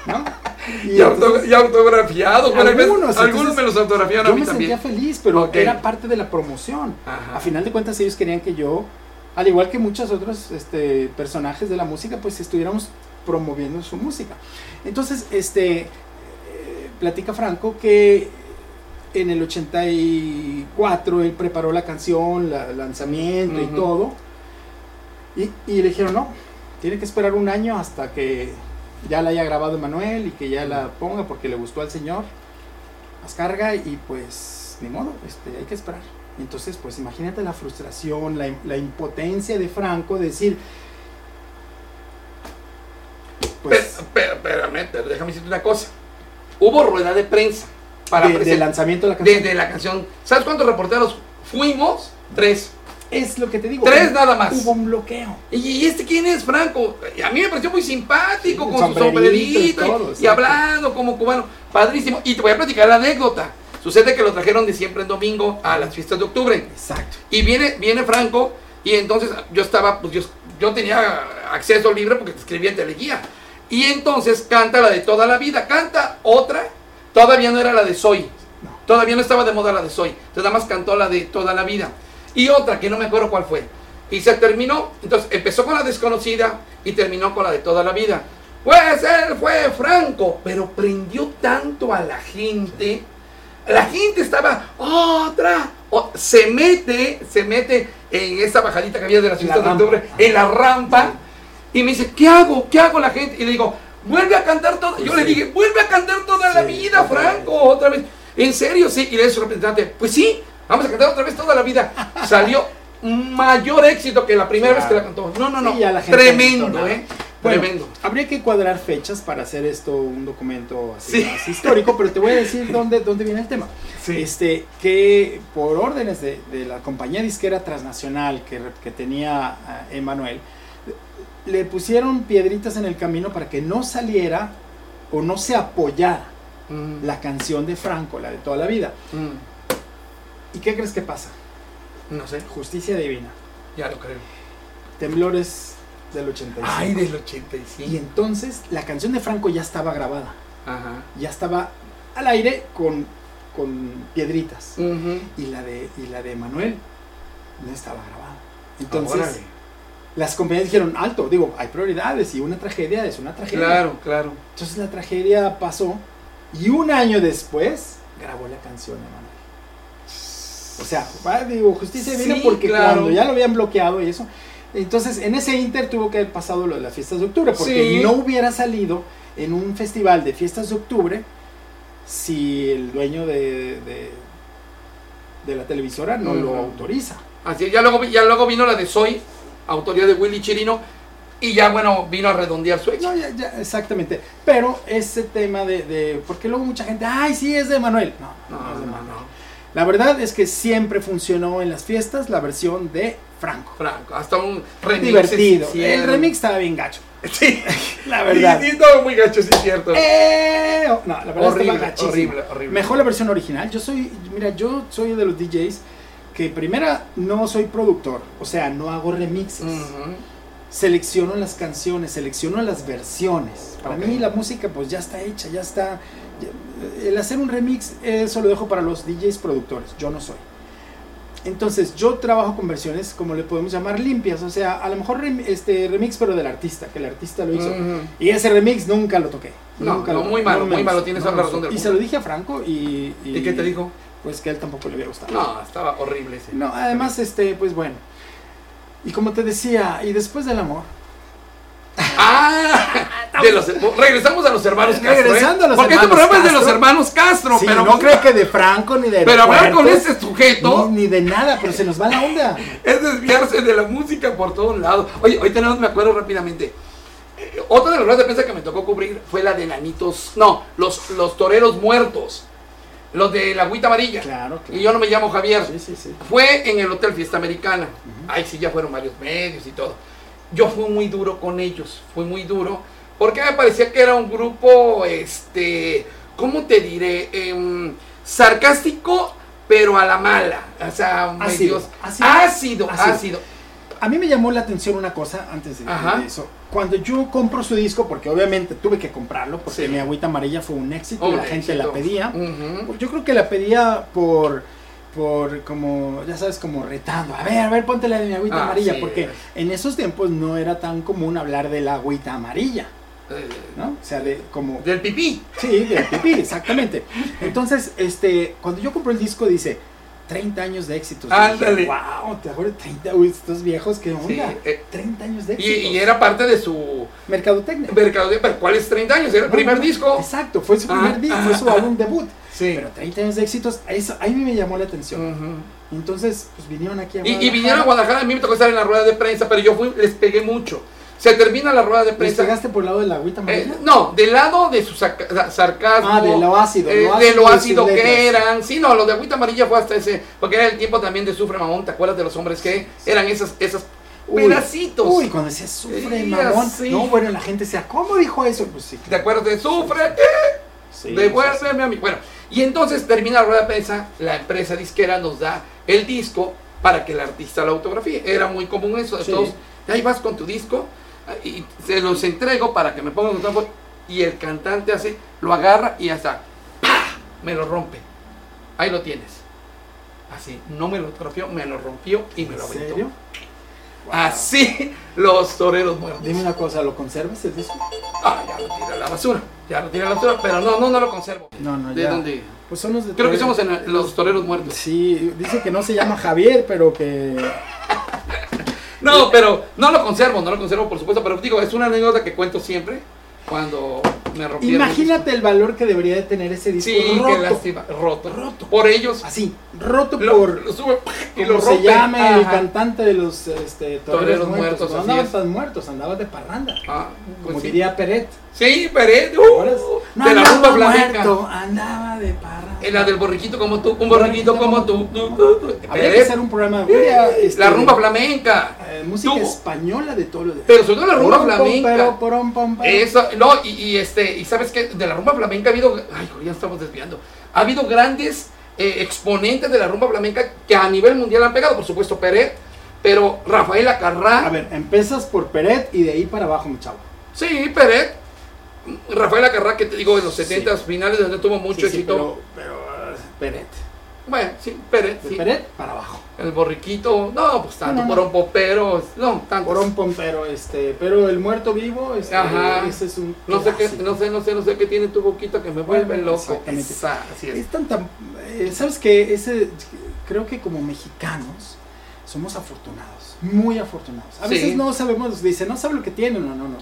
Speaker 3: ¿No?
Speaker 4: y, auto- y autografiado. bueno, hay veces-
Speaker 3: Algunos,
Speaker 4: algunos,
Speaker 3: entonces,
Speaker 4: me los autografiaron a
Speaker 3: Yo
Speaker 4: mí
Speaker 3: me
Speaker 4: también.
Speaker 3: sentía feliz, pero
Speaker 4: Ok.
Speaker 3: era parte de la promoción.
Speaker 4: Ajá.
Speaker 3: A final de cuentas ellos querían que yo, al igual que muchos otros este, personajes de la música, pues estuviéramos promoviendo su música. Entonces, este, eh, platica Franco que en el 84 él preparó la canción, la- el lanzamiento y
Speaker 4: Ujú.
Speaker 3: todo. Y, y le dijeron, no, tiene que esperar un año hasta que ya la haya grabado Manuel y que ya la ponga porque le gustó al señor. Las carga y pues ni modo, este, hay que esperar. Entonces, pues imagínate la frustración, la, la impotencia de Franco de decir, pues
Speaker 4: Pero- pero, espérame, pero déjame decirte una cosa. Hubo rueda de prensa para
Speaker 3: de- del
Speaker 4: presentar-
Speaker 3: lanzamiento de la canción.
Speaker 4: desde la canción. ¿Sabes cuántos reporteros fuimos? Tres.
Speaker 3: es lo que te digo.
Speaker 4: Tres
Speaker 3: hubo-
Speaker 4: nada más.
Speaker 3: Hubo un bloqueo.
Speaker 4: ¿Y, y este quién es, Franco? A mí me pareció muy simpático
Speaker 3: Sí,
Speaker 4: con
Speaker 3: sombrerito
Speaker 4: su
Speaker 3: y
Speaker 4: sombrerito y-
Speaker 3: todo,
Speaker 4: y,
Speaker 3: exacto.
Speaker 4: hablando como cubano. Padrísimo. Y te voy a platicar la anécdota. Sucede que lo trajeron de siempre en domingo a las fiestas de octubre.
Speaker 3: Exacto.
Speaker 4: Y viene, viene Franco, y entonces yo estaba, pues yo, yo tenía acceso libre porque escribía en teleguía. Y entonces canta la de toda la vida, canta otra, todavía no era la de Soy,
Speaker 3: No.
Speaker 4: todavía no estaba de moda la de Soy, entonces nada más cantó la de toda la vida. Y otra que no me acuerdo cuál fue. Y se terminó, entonces empezó con la desconocida y terminó con la de toda la vida. Pues él fue Franco, pero prendió tanto a la gente. La gente estaba, otra, o- se mete, se mete en esa bajadita que había de las
Speaker 3: En la
Speaker 4: fiestas de
Speaker 3: rampa.
Speaker 4: octubre, en la rampa, y me dice, ¿qué hago? ¿Qué hago la gente? Y le digo, vuelve a cantar toda, yo le dije, vuelve a cantar toda
Speaker 3: Sí,
Speaker 4: la vida,
Speaker 3: otra
Speaker 4: Franco, otra vez. En serio, sí, y le dice su representante, pues sí, vamos a cantar otra vez toda la vida. Salió mayor éxito que la primera vez que la cantó. No, no, no,
Speaker 3: Sí, ya la gente
Speaker 4: tremendo,
Speaker 3: entonaba.
Speaker 4: ¿eh?
Speaker 3: Bueno,
Speaker 4: Tremendo.
Speaker 3: habría que cuadrar fechas para hacer esto un documento así
Speaker 4: Sí.
Speaker 3: más histórico, pero te voy a decir dónde, dónde viene el tema.
Speaker 4: Sí.
Speaker 3: Este, que por órdenes de, de la compañía disquera transnacional que, re- que tenía ah, Emanuel, le pusieron piedritas en el camino para que no saliera o no se apoyara
Speaker 4: Mm,
Speaker 3: la canción de Franco, la de toda la vida.
Speaker 4: mm,
Speaker 3: ¿Y qué crees que pasa?
Speaker 4: no sé,
Speaker 3: Justicia divina.
Speaker 4: ya lo creo.
Speaker 3: Temblores del 85.
Speaker 4: Ay, del
Speaker 3: Y
Speaker 4: 85.
Speaker 3: entonces la canción de Franco ya estaba grabada.
Speaker 4: Ajá.
Speaker 3: ya estaba al aire con, con piedritas.
Speaker 4: Ujú.
Speaker 3: Y la de y la de Manuel no estaba grabada. Entonces,
Speaker 4: Ah, Órale.
Speaker 3: las compañías dijeron, alto, digo, hay prioridades y una tragedia es una tragedia.
Speaker 4: Claro, claro.
Speaker 3: Entonces la tragedia pasó y un año después grabó la canción de Manuel. O sea, va, digo, justicia vino
Speaker 4: Sí,
Speaker 3: porque
Speaker 4: claro.
Speaker 3: cuando ya lo habían bloqueado y eso. Entonces, en ese inter tuvo que haber pasado lo de las fiestas de octubre, porque
Speaker 4: Sí.
Speaker 3: no hubiera salido en un festival de fiestas de octubre si el dueño de, de, de la televisora no lo
Speaker 4: Ujú.
Speaker 3: autoriza.
Speaker 4: Así es, ya luego, vi- ya luego vino la de Soy, autoría de Willy Chirino, y ya bueno, vino a redondear su hecho.
Speaker 3: No, ya, ya, exactamente. Pero ese tema de, de- Porque luego mucha gente. ¡Ay, sí, es de Manuel! No, no, no es de Manuel. La verdad es que siempre funcionó en las fiestas la versión de Franco.
Speaker 4: Franco, hasta un remix.
Speaker 3: Divertido.
Speaker 4: sí,
Speaker 3: El
Speaker 4: hicieron.
Speaker 3: remix estaba bien gacho.
Speaker 4: Sí,
Speaker 3: La verdad.
Speaker 4: Sí, sí, no, muy gacho, sí, es cierto.
Speaker 3: Eh, oh, no, la verdad
Speaker 4: Horrible,
Speaker 3: estaba gachísimo.
Speaker 4: horrible, horrible.
Speaker 3: Mejor la versión original. Yo soy, mira, yo soy de los DJs que primera no soy productor, o sea, no hago remixes.
Speaker 4: Ujú.
Speaker 3: Selecciono las canciones, selecciono las versiones. Para
Speaker 4: Ok.
Speaker 3: mí la música pues ya está hecha, ya está. ya- El hacer un remix, eso lo dejo para los DJs productores, yo no soy. Entonces, yo trabajo con versiones, como le podemos llamar, limpias. O sea, a lo mejor rem- este remix, pero del artista, que el artista lo hizo.
Speaker 4: Ujú.
Speaker 3: Y ese remix nunca lo toqué.
Speaker 4: Mm. No,
Speaker 3: nunca
Speaker 4: no,
Speaker 3: toqué.
Speaker 4: muy malo,
Speaker 3: me
Speaker 4: muy malo,
Speaker 3: gustó,
Speaker 4: tienes
Speaker 3: no
Speaker 4: toda
Speaker 3: me
Speaker 4: la razón
Speaker 3: gustó.
Speaker 4: del
Speaker 3: Y se lo
Speaker 4: mundo.
Speaker 3: dije a Franco y,
Speaker 4: ¿Y qué te dijo?
Speaker 3: Pues que a él tampoco le había gustado.
Speaker 4: No, estaba horrible ese.
Speaker 3: No, además, este, pues bueno. Y como te decía, y después del amor.
Speaker 4: Ah, de los, regresamos a los hermanos Castro. ¿eh?
Speaker 3: Regresando a los
Speaker 4: Porque este
Speaker 3: hermanos
Speaker 4: programa es de los
Speaker 3: Castro.
Speaker 4: hermanos Castro,
Speaker 3: Sí,
Speaker 4: pero
Speaker 3: no creo que de Franco ni de.
Speaker 4: Pero hablar con
Speaker 3: Puertos,
Speaker 4: ese sujeto
Speaker 3: Ni, ni de nada, pero se nos va la onda.
Speaker 4: es desviarse de la música por todos lados. Oye, hoy tenemos, me acuerdo rápidamente. eh, Otra de las ruedas de prensa que me tocó cubrir fue la de Nanitos. No, los, los toreros muertos. Los de la agüita amarilla.
Speaker 3: Claro, claro.
Speaker 4: Y yo no me llamo Javier.
Speaker 3: Sí, sí, sí.
Speaker 4: Fue en el Hotel Fiesta Americana. Ahí sí ya fueron varios medios y todo. Yo fui muy duro con ellos, fui muy duro, porque me parecía que era un grupo, este, ¿cómo te diré? Em, sarcástico, pero a la mala. O sea,
Speaker 3: Ácido,
Speaker 4: medios-
Speaker 3: ácido,
Speaker 4: ácido,
Speaker 3: ácido.
Speaker 4: ácido.
Speaker 3: A mí me llamó la atención una cosa antes de,
Speaker 4: Ajá.
Speaker 3: de eso. Cuando yo compro su disco, porque obviamente tuve que comprarlo, porque
Speaker 4: Sí.
Speaker 3: mi agüita amarilla fue un éxito,
Speaker 4: Un
Speaker 3: la gente
Speaker 4: éxito.
Speaker 3: la pedía.
Speaker 4: Ujú.
Speaker 3: Yo creo que la pedía por por como ya sabes como retando a ver a ver ponte la de mi agüita
Speaker 4: Ah,
Speaker 3: amarilla
Speaker 4: sí.
Speaker 3: porque en esos tiempos no era tan común hablar de la agüita amarilla
Speaker 4: Eh,
Speaker 3: no o sea de como
Speaker 4: Del pipí.
Speaker 3: sí de pipí exactamente entonces este cuando yo compré el disco dice 30 años de éxitos
Speaker 4: Ándale.
Speaker 3: wow te acuerdas 30 uy estos viejos qué onda
Speaker 4: Sí, eh,
Speaker 3: 30 años de
Speaker 4: Y,
Speaker 3: éxitos
Speaker 4: y era parte de su
Speaker 3: mercadotecnia
Speaker 4: mercadotecnia. pero ¿Cuál es 30 años? Era el
Speaker 3: No,
Speaker 4: primer
Speaker 3: no,
Speaker 4: disco.
Speaker 3: exacto fue su
Speaker 4: Ah,
Speaker 3: primer disco
Speaker 4: ah,
Speaker 3: fue su
Speaker 4: ah.
Speaker 3: álbum debut
Speaker 4: Sí.
Speaker 3: pero 30 años de éxitos eso a mí me llamó la atención
Speaker 4: Ujú.
Speaker 3: Entonces, pues vinieron aquí a
Speaker 4: Y, y
Speaker 3: Guadalajara.
Speaker 4: vinieron a Guadalajara, a mí me tocó estar en la rueda de prensa, pero yo fui, les pegué mucho. Se termina la rueda de
Speaker 3: ¿Les
Speaker 4: prensa.
Speaker 3: pegaste por el lado de la agüita
Speaker 4: eh,
Speaker 3: amarilla?
Speaker 4: no, del lado de su saca- sarcasmo.
Speaker 3: Ah, de lo ácido,
Speaker 4: eh,
Speaker 3: lo ácido
Speaker 4: de lo
Speaker 3: y
Speaker 4: ácido
Speaker 3: sus
Speaker 4: que
Speaker 3: letras.
Speaker 4: eran. Sí, no, lo de agüita amarilla fue hasta ese. Porque era el tiempo también de Sufre Mamón. ¿Te acuerdas de los hombres que eran esas, esas
Speaker 3: Uy,
Speaker 4: pedacitos?
Speaker 3: Uy, cuando decía sufre,
Speaker 4: Sí,
Speaker 3: mamón.
Speaker 4: así.
Speaker 3: No, bueno, la gente decía, ¿cómo dijo eso? Pues sí.
Speaker 4: ¿Te acuerdas de Sufre?
Speaker 3: sí, sí,
Speaker 4: Devuélveme a mí. Bueno, y entonces termina la rueda de prensa, la empresa disquera nos da el disco para que el artista lo autografíe. Era muy común eso.
Speaker 3: Sí.
Speaker 4: Entonces, ahí vas con tu disco y se los entrego para que me pongan un tambor. Y el cantante así lo agarra y hasta ¡pah! me lo rompe. Ahí lo tienes. Así, no me lo autografió, me lo rompió y
Speaker 3: sí.
Speaker 4: me
Speaker 3: ¿En
Speaker 4: lo aventó.
Speaker 3: serio?
Speaker 4: Así los toreros muertos.
Speaker 3: Dime una cosa, ¿lo conservas el disco?
Speaker 4: Ah, ya lo tiré a la basura. Ya lo tiré a la basura, pero no, no, no lo conservo.
Speaker 3: No, no,
Speaker 4: ¿De
Speaker 3: ya.
Speaker 4: dónde?
Speaker 3: Pues son los de
Speaker 4: Creo que
Speaker 3: Torero.
Speaker 4: somos en los toreros muertos.
Speaker 3: Sí, dice que no se llama Javier, pero que...
Speaker 4: No, pero no lo conservo, no lo conservo, por supuesto, pero digo, es una anécdota que cuento siempre. cuando me rompieron.
Speaker 3: Imagínate el valor que debería de tener ese disco
Speaker 4: Sí,
Speaker 3: roto.
Speaker 4: qué lástima. Roto.
Speaker 3: Roto.
Speaker 4: Por ellos.
Speaker 3: Así, roto
Speaker 4: Lo-
Speaker 3: por
Speaker 4: lo sube y
Speaker 3: como
Speaker 4: lo
Speaker 3: se
Speaker 4: rompe.
Speaker 3: llame el
Speaker 4: Ajá.
Speaker 3: cantante de los este,
Speaker 4: Toreros muertos,
Speaker 3: No
Speaker 4: así
Speaker 3: andabas
Speaker 4: es.
Speaker 3: tan muertos, andabas de parranda.
Speaker 4: Ah, pues
Speaker 3: como
Speaker 4: sí.
Speaker 3: diría Peret.
Speaker 4: Sí, Peret. uh,
Speaker 3: ¿recuerdas?
Speaker 4: de la
Speaker 3: andaba
Speaker 4: rumba flamenca.
Speaker 3: muerto, andaba de parranda.
Speaker 4: En la del borriquito como tú, un borriquito como tú. tú, tú, tú.
Speaker 3: Habría que
Speaker 4: Peret.
Speaker 3: hacer un programa un día, este,
Speaker 4: La rumba flamenca.
Speaker 3: eh, música
Speaker 4: Tú.
Speaker 3: española de todo lo de.
Speaker 4: Pero sobre todo la rumba
Speaker 3: Pom, pom,
Speaker 4: flamenca.
Speaker 3: pero, porom, pom, pom.
Speaker 4: Eso, no, y, y este, y sabes que de la rumba flamenca ha habido, ay, ya estamos desviando, ha habido grandes eh, exponentes de la rumba flamenca que a nivel mundial han pegado, por supuesto Pérez, pero Rafael Acarrá,
Speaker 3: A ver, empiezas por Peret y de ahí para abajo, mi chavo.
Speaker 4: sí, Pérez, Rafael Acarrá, que te digo, en los 70 finales donde tuvo
Speaker 3: Sí,
Speaker 4: mucho
Speaker 3: sí,
Speaker 4: éxito,
Speaker 3: pero, pero, eh, Peret.
Speaker 4: bueno, sí, Pérez,
Speaker 3: De
Speaker 4: sí.
Speaker 3: Peret para abajo.
Speaker 4: el borriquito, no, pues tanto,
Speaker 3: No, no, no.
Speaker 4: por un popero, no, tanto.
Speaker 3: Porón pompero, este, pero el muerto vivo, este,
Speaker 4: Ajá.
Speaker 3: ese es un
Speaker 4: No sé, qué,
Speaker 3: clásico.
Speaker 4: no sé, no sé, no sé qué tiene tu boquita que me vuelve
Speaker 3: Bueno,
Speaker 4: loco.
Speaker 3: exactamente.
Speaker 4: Esa, así es.
Speaker 3: Es tan, tan- eh, sabes que ese creo que como mexicanos somos afortunados, muy afortunados. A
Speaker 4: Sí.
Speaker 3: veces no sabemos, dice, no sabe lo que tiene, no, no, no.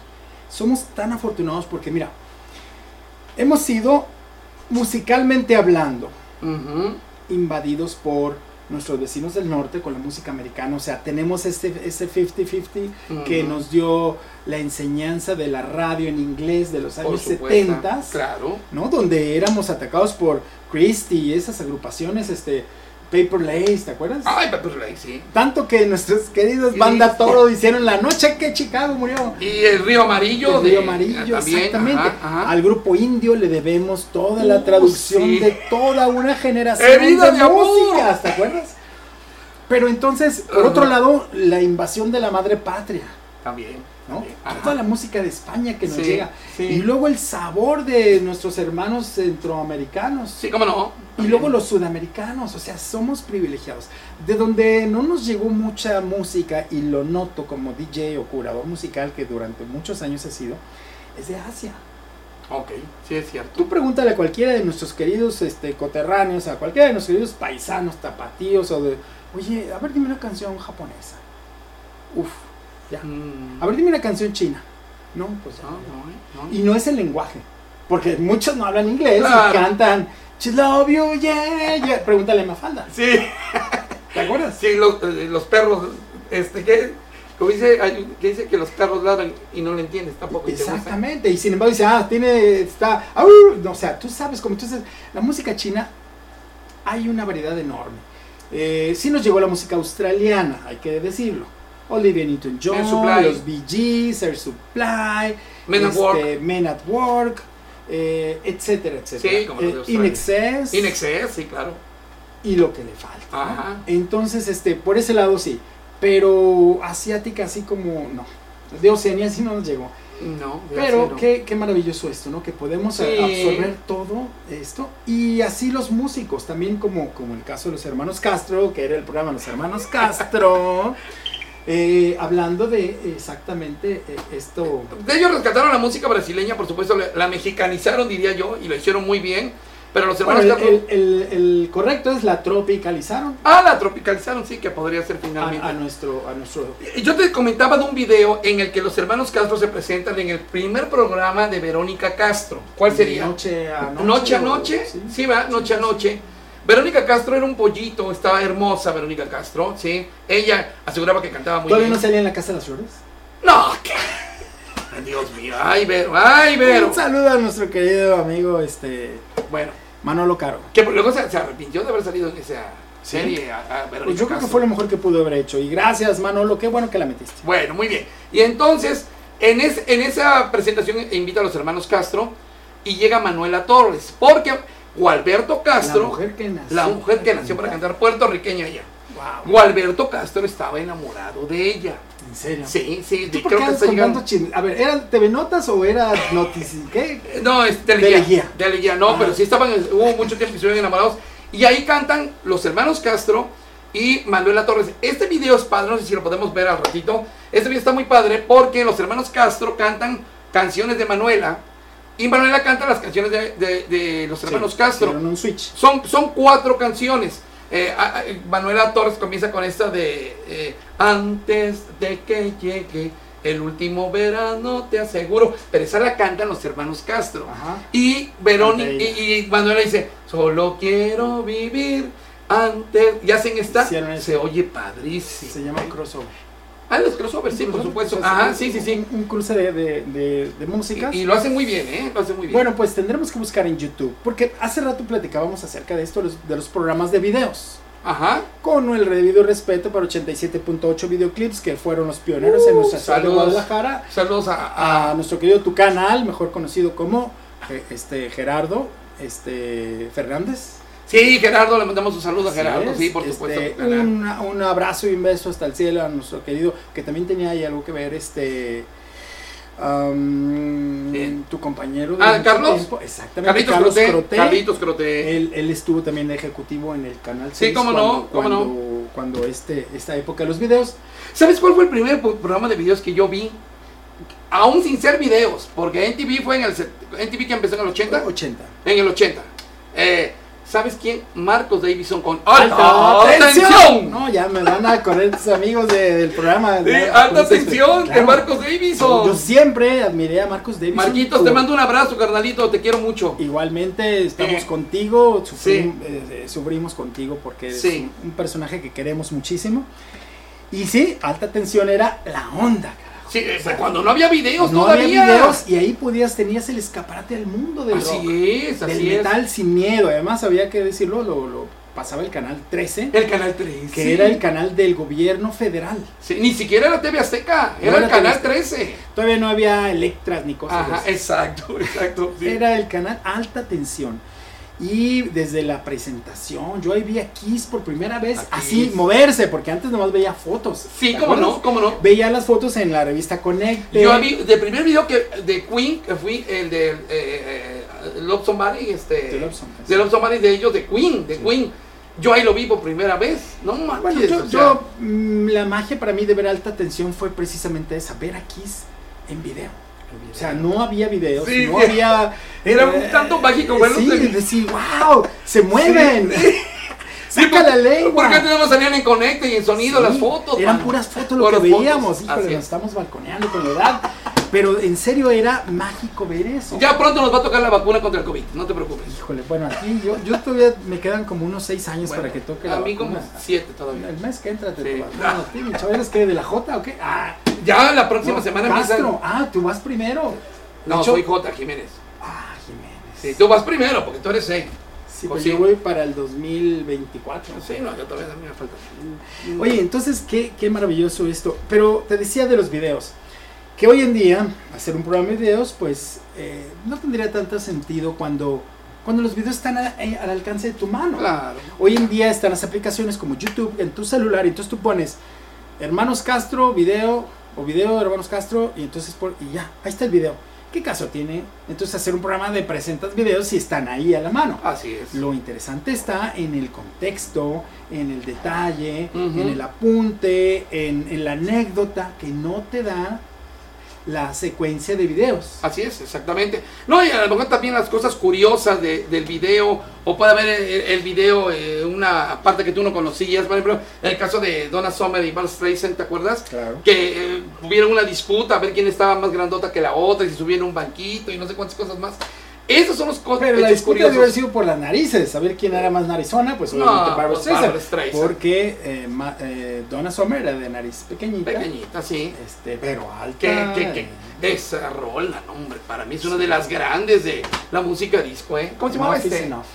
Speaker 3: Somos tan afortunados porque mira, hemos sido musicalmente hablando
Speaker 4: Ujú.
Speaker 3: invadidos por nuestros vecinos del norte con la música americana, o sea, tenemos este ese 50-50 que
Speaker 4: Ujú.
Speaker 3: nos dio la enseñanza de la radio en inglés de los
Speaker 4: Por
Speaker 3: años
Speaker 4: supuesto,
Speaker 3: 70
Speaker 4: Claro.
Speaker 3: ¿no? Donde éramos atacados por Christie y esas agrupaciones, este, Paper Lace, ¿te acuerdas?
Speaker 4: Ay, Pepper Lake, sí.
Speaker 3: Tanto que nuestros queridos
Speaker 4: Sí.
Speaker 3: banda toro hicieron la noche que Chicago murió.
Speaker 4: Y el río amarillo.
Speaker 3: El Río
Speaker 4: de- ah,
Speaker 3: amarillo,
Speaker 4: también,
Speaker 3: exactamente.
Speaker 4: ajá, ajá.
Speaker 3: Al grupo indio le debemos toda la
Speaker 4: Uh,
Speaker 3: traducción
Speaker 4: sí.
Speaker 3: de toda una generación
Speaker 4: Herida
Speaker 3: de,
Speaker 4: de amor.
Speaker 3: músicas, ¿te acuerdas? Pero entonces, por
Speaker 4: Ajá.
Speaker 3: otro lado, la invasión de la madre patria.
Speaker 4: También.
Speaker 3: ¿no?
Speaker 4: Ajá.
Speaker 3: Toda la música de España que nos
Speaker 4: Sí,
Speaker 3: llega.
Speaker 4: sí.
Speaker 3: Y luego el sabor de nuestros hermanos centroamericanos.
Speaker 4: Sí, cómo no.
Speaker 3: Y luego los sudamericanos, o sea, somos privilegiados. De donde no nos llegó mucha música, y lo noto como DJ o curador musical que durante muchos años he sido, es de Asia.
Speaker 4: Ok, sí es cierto.
Speaker 3: Tú pregúntale a cualquiera de nuestros queridos este, coterráneos, a cualquiera de nuestros queridos paisanos, tapatíos, o de, oye, a ver, dime una canción japonesa. Uf, ya.
Speaker 4: Mm.
Speaker 3: A ver, dime una canción china. No, pues ya.
Speaker 4: No, no, eh, no.
Speaker 3: Y no es el lenguaje. Porque muchos no hablan inglés
Speaker 4: Claro.
Speaker 3: y cantan. "She love you, yeah, yeah". Pregúntale a Mafalda.
Speaker 4: Sí,
Speaker 3: ¿Te acuerdas?
Speaker 4: sí, los, eh, los perros, este, que, como dice, hay un- que dice que los perros ladran y no lo entiendes tampoco. y te gusta.
Speaker 3: Exactamente. Y sin embargo dice, ah, tiene, está, au". No, o sea, tú sabes, como tú dices, la música china hay una variedad enorme. Eh, sí nos llegó la música australiana, hay que decirlo. Olivia
Speaker 4: Air
Speaker 3: Newton-John,
Speaker 4: Supply.
Speaker 3: los Bee Gees, Air Supply,
Speaker 4: Men at
Speaker 3: este,
Speaker 4: Work.
Speaker 3: Men at Work, eh, etcétera, etcétera.
Speaker 4: Sí, como los de
Speaker 3: Eh, In
Speaker 4: Australia.
Speaker 3: Excess.
Speaker 4: In Excess, Ah. sí, claro.
Speaker 3: y lo que le falta. ¿no?
Speaker 4: Ajá.
Speaker 3: Entonces, este, por ese lado sí, pero asiática así como no. De Oceanía sí no nos llegó.
Speaker 4: No, de
Speaker 3: Pero
Speaker 4: acero.
Speaker 3: qué, qué maravilloso esto, ¿no? Que podemos
Speaker 4: Sí.
Speaker 3: eh, absorber todo esto. Y así los músicos, también como, como el caso de los hermanos Castro, que era el programa Los Hermanos Castro, eh, hablando de exactamente eh, esto.
Speaker 4: De ellos rescataron la música brasileña, por supuesto, la, la mexicanizaron, diría yo, y lo hicieron muy bien. Pero los
Speaker 3: Bueno,
Speaker 4: hermanos
Speaker 3: el,
Speaker 4: Castro-
Speaker 3: el- el- el correcto es la tropicalizaron
Speaker 4: Ah, la tropicalizaron, sí, que podría ser
Speaker 3: a,
Speaker 4: finalmente.
Speaker 3: a nuestro, a nuestro
Speaker 4: Yo te comentaba de un video en el que los hermanos Castro se presentan en el primer programa de Verónica Castro. ¿Cuál sería?
Speaker 3: Noche a noche.
Speaker 4: Noche a
Speaker 3: o-
Speaker 4: noche.
Speaker 3: sí.
Speaker 4: Sí, va, noche a noche. Verónica Castro era un pollito, estaba hermosa Verónica Castro, sí. Ella aseguraba que cantaba muy
Speaker 3: ¿Todavía
Speaker 4: bien.
Speaker 3: no salía en la Casa de las Flores?
Speaker 4: No, ¿qué? Ay, Dios mío, ay, Vero, ay, Vero.
Speaker 3: Un saludo a nuestro querido amigo este
Speaker 4: Bueno,
Speaker 3: Manolo Caro.
Speaker 4: que luego se, se arrepintió de haber salido en esa
Speaker 3: Sí.
Speaker 4: serie a, a Verónica
Speaker 3: Pues yo creo que
Speaker 4: Castro.
Speaker 3: fue lo mejor que pudo haber hecho. Y gracias, Manolo, qué bueno que la metiste.
Speaker 4: Bueno, muy bien. Y entonces, en, es- en esa presentación invita a los hermanos Castro y llega Manuela Torres, porque Gualberto Castro,
Speaker 3: la mujer que nació.
Speaker 4: que nació para cantar puertorriqueña ella,
Speaker 3: Wow.
Speaker 4: Gualberto Castro estaba enamorado de ella.
Speaker 3: En serio.
Speaker 4: Sí, sí,
Speaker 3: ¿Tú
Speaker 4: de-
Speaker 3: por qué andas
Speaker 4: está llegando-
Speaker 3: contando chismes? A ver, ¿eran TV Notas o era Noticias? ¿Qué?
Speaker 4: Eh, No, es
Speaker 3: Teleguía.
Speaker 4: Teleguía. Teleguía, no,
Speaker 3: Ah.
Speaker 4: pero sí estaban, hubo mucho tiempo que estuvieron enamorados. Y ahí cantan los hermanos Castro y Manuela Torres. Este video es padre, no sé si lo podemos ver al ratito. Este video está muy padre porque los hermanos Castro cantan canciones de Manuela y Manuela canta las canciones de, de- de los hermanos
Speaker 3: Sí,
Speaker 4: Castro.
Speaker 3: hicieron un switch.
Speaker 4: Son, son cuatro canciones. Eh, a- a- Manuela Torres comienza con esta de eh, Antes de que llegue El último verano, te aseguro. Pero esa la cantan los hermanos Castro.
Speaker 3: Ajá.
Speaker 4: Y Verónica
Speaker 3: Ante ella.
Speaker 4: y, y Manuela dice, solo quiero vivir antes. Y hacen esta,
Speaker 3: Hicieron eso.
Speaker 4: se oye padrísimo.
Speaker 3: Se llama crossover.
Speaker 4: Ah, los crossovers, sí, por
Speaker 3: Crossover,
Speaker 4: supuesto.
Speaker 3: o sea,
Speaker 4: Ajá,
Speaker 3: es
Speaker 4: sí, sí, sí.
Speaker 3: Un, un cruce de, de, de- de músicas.
Speaker 4: Y, y lo hacen muy bien, ¿eh? Lo hacen muy bien.
Speaker 3: Bueno, pues tendremos que buscar en YouTube, porque hace rato platicábamos acerca de esto, los- de los programas de videos.
Speaker 4: Ajá.
Speaker 3: Con el debido respeto para 87.8 videoclips que fueron los pioneros en
Speaker 4: Uh,
Speaker 3: nuestra ciudad de
Speaker 4: saludos.
Speaker 3: Guadalajara.
Speaker 4: Saludos a... a-
Speaker 3: A nuestro querido Tucanal, mejor conocido como eh, este Gerardo este Fernández.
Speaker 4: Sí, Gerardo, le mandamos un saludo a
Speaker 3: Así
Speaker 4: Gerardo,
Speaker 3: es.
Speaker 4: sí, por
Speaker 3: Este,
Speaker 4: supuesto. Gerardo.
Speaker 3: una- un abrazo y un beso hasta el cielo a nuestro querido, que también tenía ahí algo que ver, este. am,
Speaker 4: Bien.
Speaker 3: tu compañero. de
Speaker 4: Ah,
Speaker 3: mucho
Speaker 4: ¿Carlos?
Speaker 3: tiempo. Exactamente,
Speaker 4: Carlitos
Speaker 3: Carlos
Speaker 4: Crote. Eh,
Speaker 3: Crote.
Speaker 4: Carlitos Crote.
Speaker 3: Él, él estuvo también de ejecutivo en el canal.
Speaker 4: Sí,
Speaker 3: seis
Speaker 4: cómo no, cómo no.
Speaker 3: cuando- Cuando este, esta época de los videos.
Speaker 4: ¿Sabes cuál fue el primer po- programa de videos que yo vi? Aún sin ser videos, porque NTV fue en el... set- NTV que empezó en el 80.
Speaker 3: 80.
Speaker 4: En el 80. Eh, ¿Sabes quién? Marcos Davison con
Speaker 3: ¡Alta
Speaker 4: alta,
Speaker 3: tensión!
Speaker 4: tensión.
Speaker 3: No, ya me van a correr tus amigos de- del programa.
Speaker 4: Sí,
Speaker 3: ¿no? Con
Speaker 4: alta
Speaker 3: estos-
Speaker 4: tensión de
Speaker 3: claro.
Speaker 4: Marcos
Speaker 3: Yo
Speaker 4: Davison.
Speaker 3: siempre admiré a Marcos Davis.
Speaker 4: Marquitos, te mando un abrazo, carnalito, te quiero mucho.
Speaker 3: Igualmente estamos
Speaker 4: Eh,
Speaker 3: contigo, sufrim-
Speaker 4: sí.
Speaker 3: eh, eh, sufrimos contigo porque eres
Speaker 4: Sí.
Speaker 3: un, un personaje que queremos muchísimo. Y sí, alta tensión era la onda. carajo.
Speaker 4: Sí, eh, cuando no había videos
Speaker 3: No
Speaker 4: todavía.
Speaker 3: había videos y ahí podías, tenías el escaparate al mundo del rock,
Speaker 4: Así es,
Speaker 3: del
Speaker 4: así es.
Speaker 3: metal sin miedo. Además había que decirlo, lo, lo pasaba el canal 13,
Speaker 4: El canal 3.
Speaker 3: que era el canal del gobierno federal.
Speaker 4: ni siquiera era TV Azteca,
Speaker 3: No
Speaker 4: era el
Speaker 3: era TV
Speaker 4: canal
Speaker 3: Azteca.
Speaker 4: 13.
Speaker 3: Todavía no había electras ni cosas. de
Speaker 4: Ajá,
Speaker 3: esas.
Speaker 4: exacto, exacto. sí.
Speaker 3: Era el canal Alta Tensión. Y desde la presentación, yo ahí vi a Kiss por primera vez
Speaker 4: A
Speaker 3: así
Speaker 4: Kiss.
Speaker 3: moverse, porque antes nomás veía fotos.
Speaker 4: Sí,
Speaker 3: ¿te
Speaker 4: cómo
Speaker 3: acuerdas?
Speaker 4: no, cómo no.
Speaker 3: Veía las fotos en la revista Connect.
Speaker 4: Yo vi, el primer video que, de Queen, que fui el de eh, eh, Love Somebody, este...
Speaker 3: The Love Somebody.
Speaker 4: The Love Somebody de ellos, de Queen, de Queen. Yo ahí lo vi por primera vez. No mames.
Speaker 3: Ah, Bueno, yo,
Speaker 4: o sea,
Speaker 3: yo, mm, la magia para mí de ver Alta Tensión fue precisamente esa, ver a Kiss en video. O sea, no había videos,
Speaker 4: Sí,
Speaker 3: no
Speaker 4: sí.
Speaker 3: había... eh,
Speaker 4: Era un tanto mágico verlos
Speaker 3: Sí,
Speaker 4: en-
Speaker 3: decir, wow, se mueven.
Speaker 4: Sí,
Speaker 3: Saca
Speaker 4: ¿por-
Speaker 3: la lengua.
Speaker 4: ¿Por qué antes no salían en Conecta y en sonido
Speaker 3: Sí,
Speaker 4: las fotos?
Speaker 3: Eran
Speaker 4: mano?
Speaker 3: puras fotos lo
Speaker 4: Puras
Speaker 3: que veíamos.
Speaker 4: fotos,
Speaker 3: Híjole,
Speaker 4: así
Speaker 3: nos
Speaker 4: es.
Speaker 3: estamos balconeando con la edad. Pero en serio era mágico ver eso.
Speaker 4: Ya pronto nos va a tocar la vacuna contra el COVID, no te preocupes.
Speaker 3: Híjole, bueno, aquí yo, yo todavía me quedan como unos seis años
Speaker 4: Bueno,
Speaker 3: para que toque la
Speaker 4: A mí como
Speaker 3: vacuna.
Speaker 4: siete todavía.
Speaker 3: El mes que entra te
Speaker 4: Sí.
Speaker 3: toca. Bueno, a ti, mi chaval, ¿eres que de la J o qué? Ah,
Speaker 4: Ya la próxima
Speaker 3: no,
Speaker 4: semana
Speaker 3: Castro.
Speaker 4: empiezan.
Speaker 3: Ah, tú vas primero. De
Speaker 4: No,
Speaker 3: hecho-
Speaker 4: soy J. Jiménez.
Speaker 3: Ah, Jiménez.
Speaker 4: Sí, tú vas primero porque tú eres seis.
Speaker 3: Sí,
Speaker 4: Pues
Speaker 3: pues
Speaker 4: sí.
Speaker 3: yo voy para el 2024.
Speaker 4: Sí, no, yo todavía a mí me falta.
Speaker 3: Oye, entonces qué, qué maravilloso esto. Pero te decía de los videos, que hoy en día hacer un programa de videos, pues eh, no tendría tanto sentido cuando, cuando los videos están a- eh, al alcance de tu mano.
Speaker 4: Claro.
Speaker 3: Hoy en día están las aplicaciones como YouTube en tu celular, y entonces tú pones Hermanos Castro, video, o video de Hermanos Castro, y entonces por, y ya, ahí está el video. ¿Qué caso tiene? Entonces hacer un programa de presentas videos si están ahí a la mano.
Speaker 4: Así es.
Speaker 3: Lo interesante está en el contexto, en el detalle,
Speaker 4: Ujú.
Speaker 3: en el apunte, en, en la anécdota que no te da la secuencia de videos.
Speaker 4: Así es, exactamente. No, y a lo mejor también las cosas curiosas de- del video, o puede haber el, el video, eh, una parte que tú no conocías, por ejemplo, el caso de Donna Summer y Van Streisand, ¿te acuerdas?
Speaker 3: Claro.
Speaker 4: Que eh, hubieron una disputa, a ver quién estaba más grandota que la otra, y si subieron un banquito y no sé cuántas cosas más. Esos son los co-
Speaker 3: Pero la
Speaker 4: hechos
Speaker 3: disputa debe haber
Speaker 4: curiosos.
Speaker 3: sido por las narices, saber quién era más narizona, pues
Speaker 4: No,
Speaker 3: obviamente Barbra
Speaker 4: pues,
Speaker 3: Streisand,
Speaker 4: Barbra Streisand.
Speaker 3: Porque eh, ma- eh, Donna Summer era de nariz pequeñita,
Speaker 4: Pequeñita, sí.
Speaker 3: Este, pero alta.
Speaker 4: Que, que, que, esa rola, no, hombre, para mí es una de las grandes de la música disco, ¿eh? ¿Cómo se llamaba
Speaker 3: Enough is
Speaker 4: este?
Speaker 3: enough.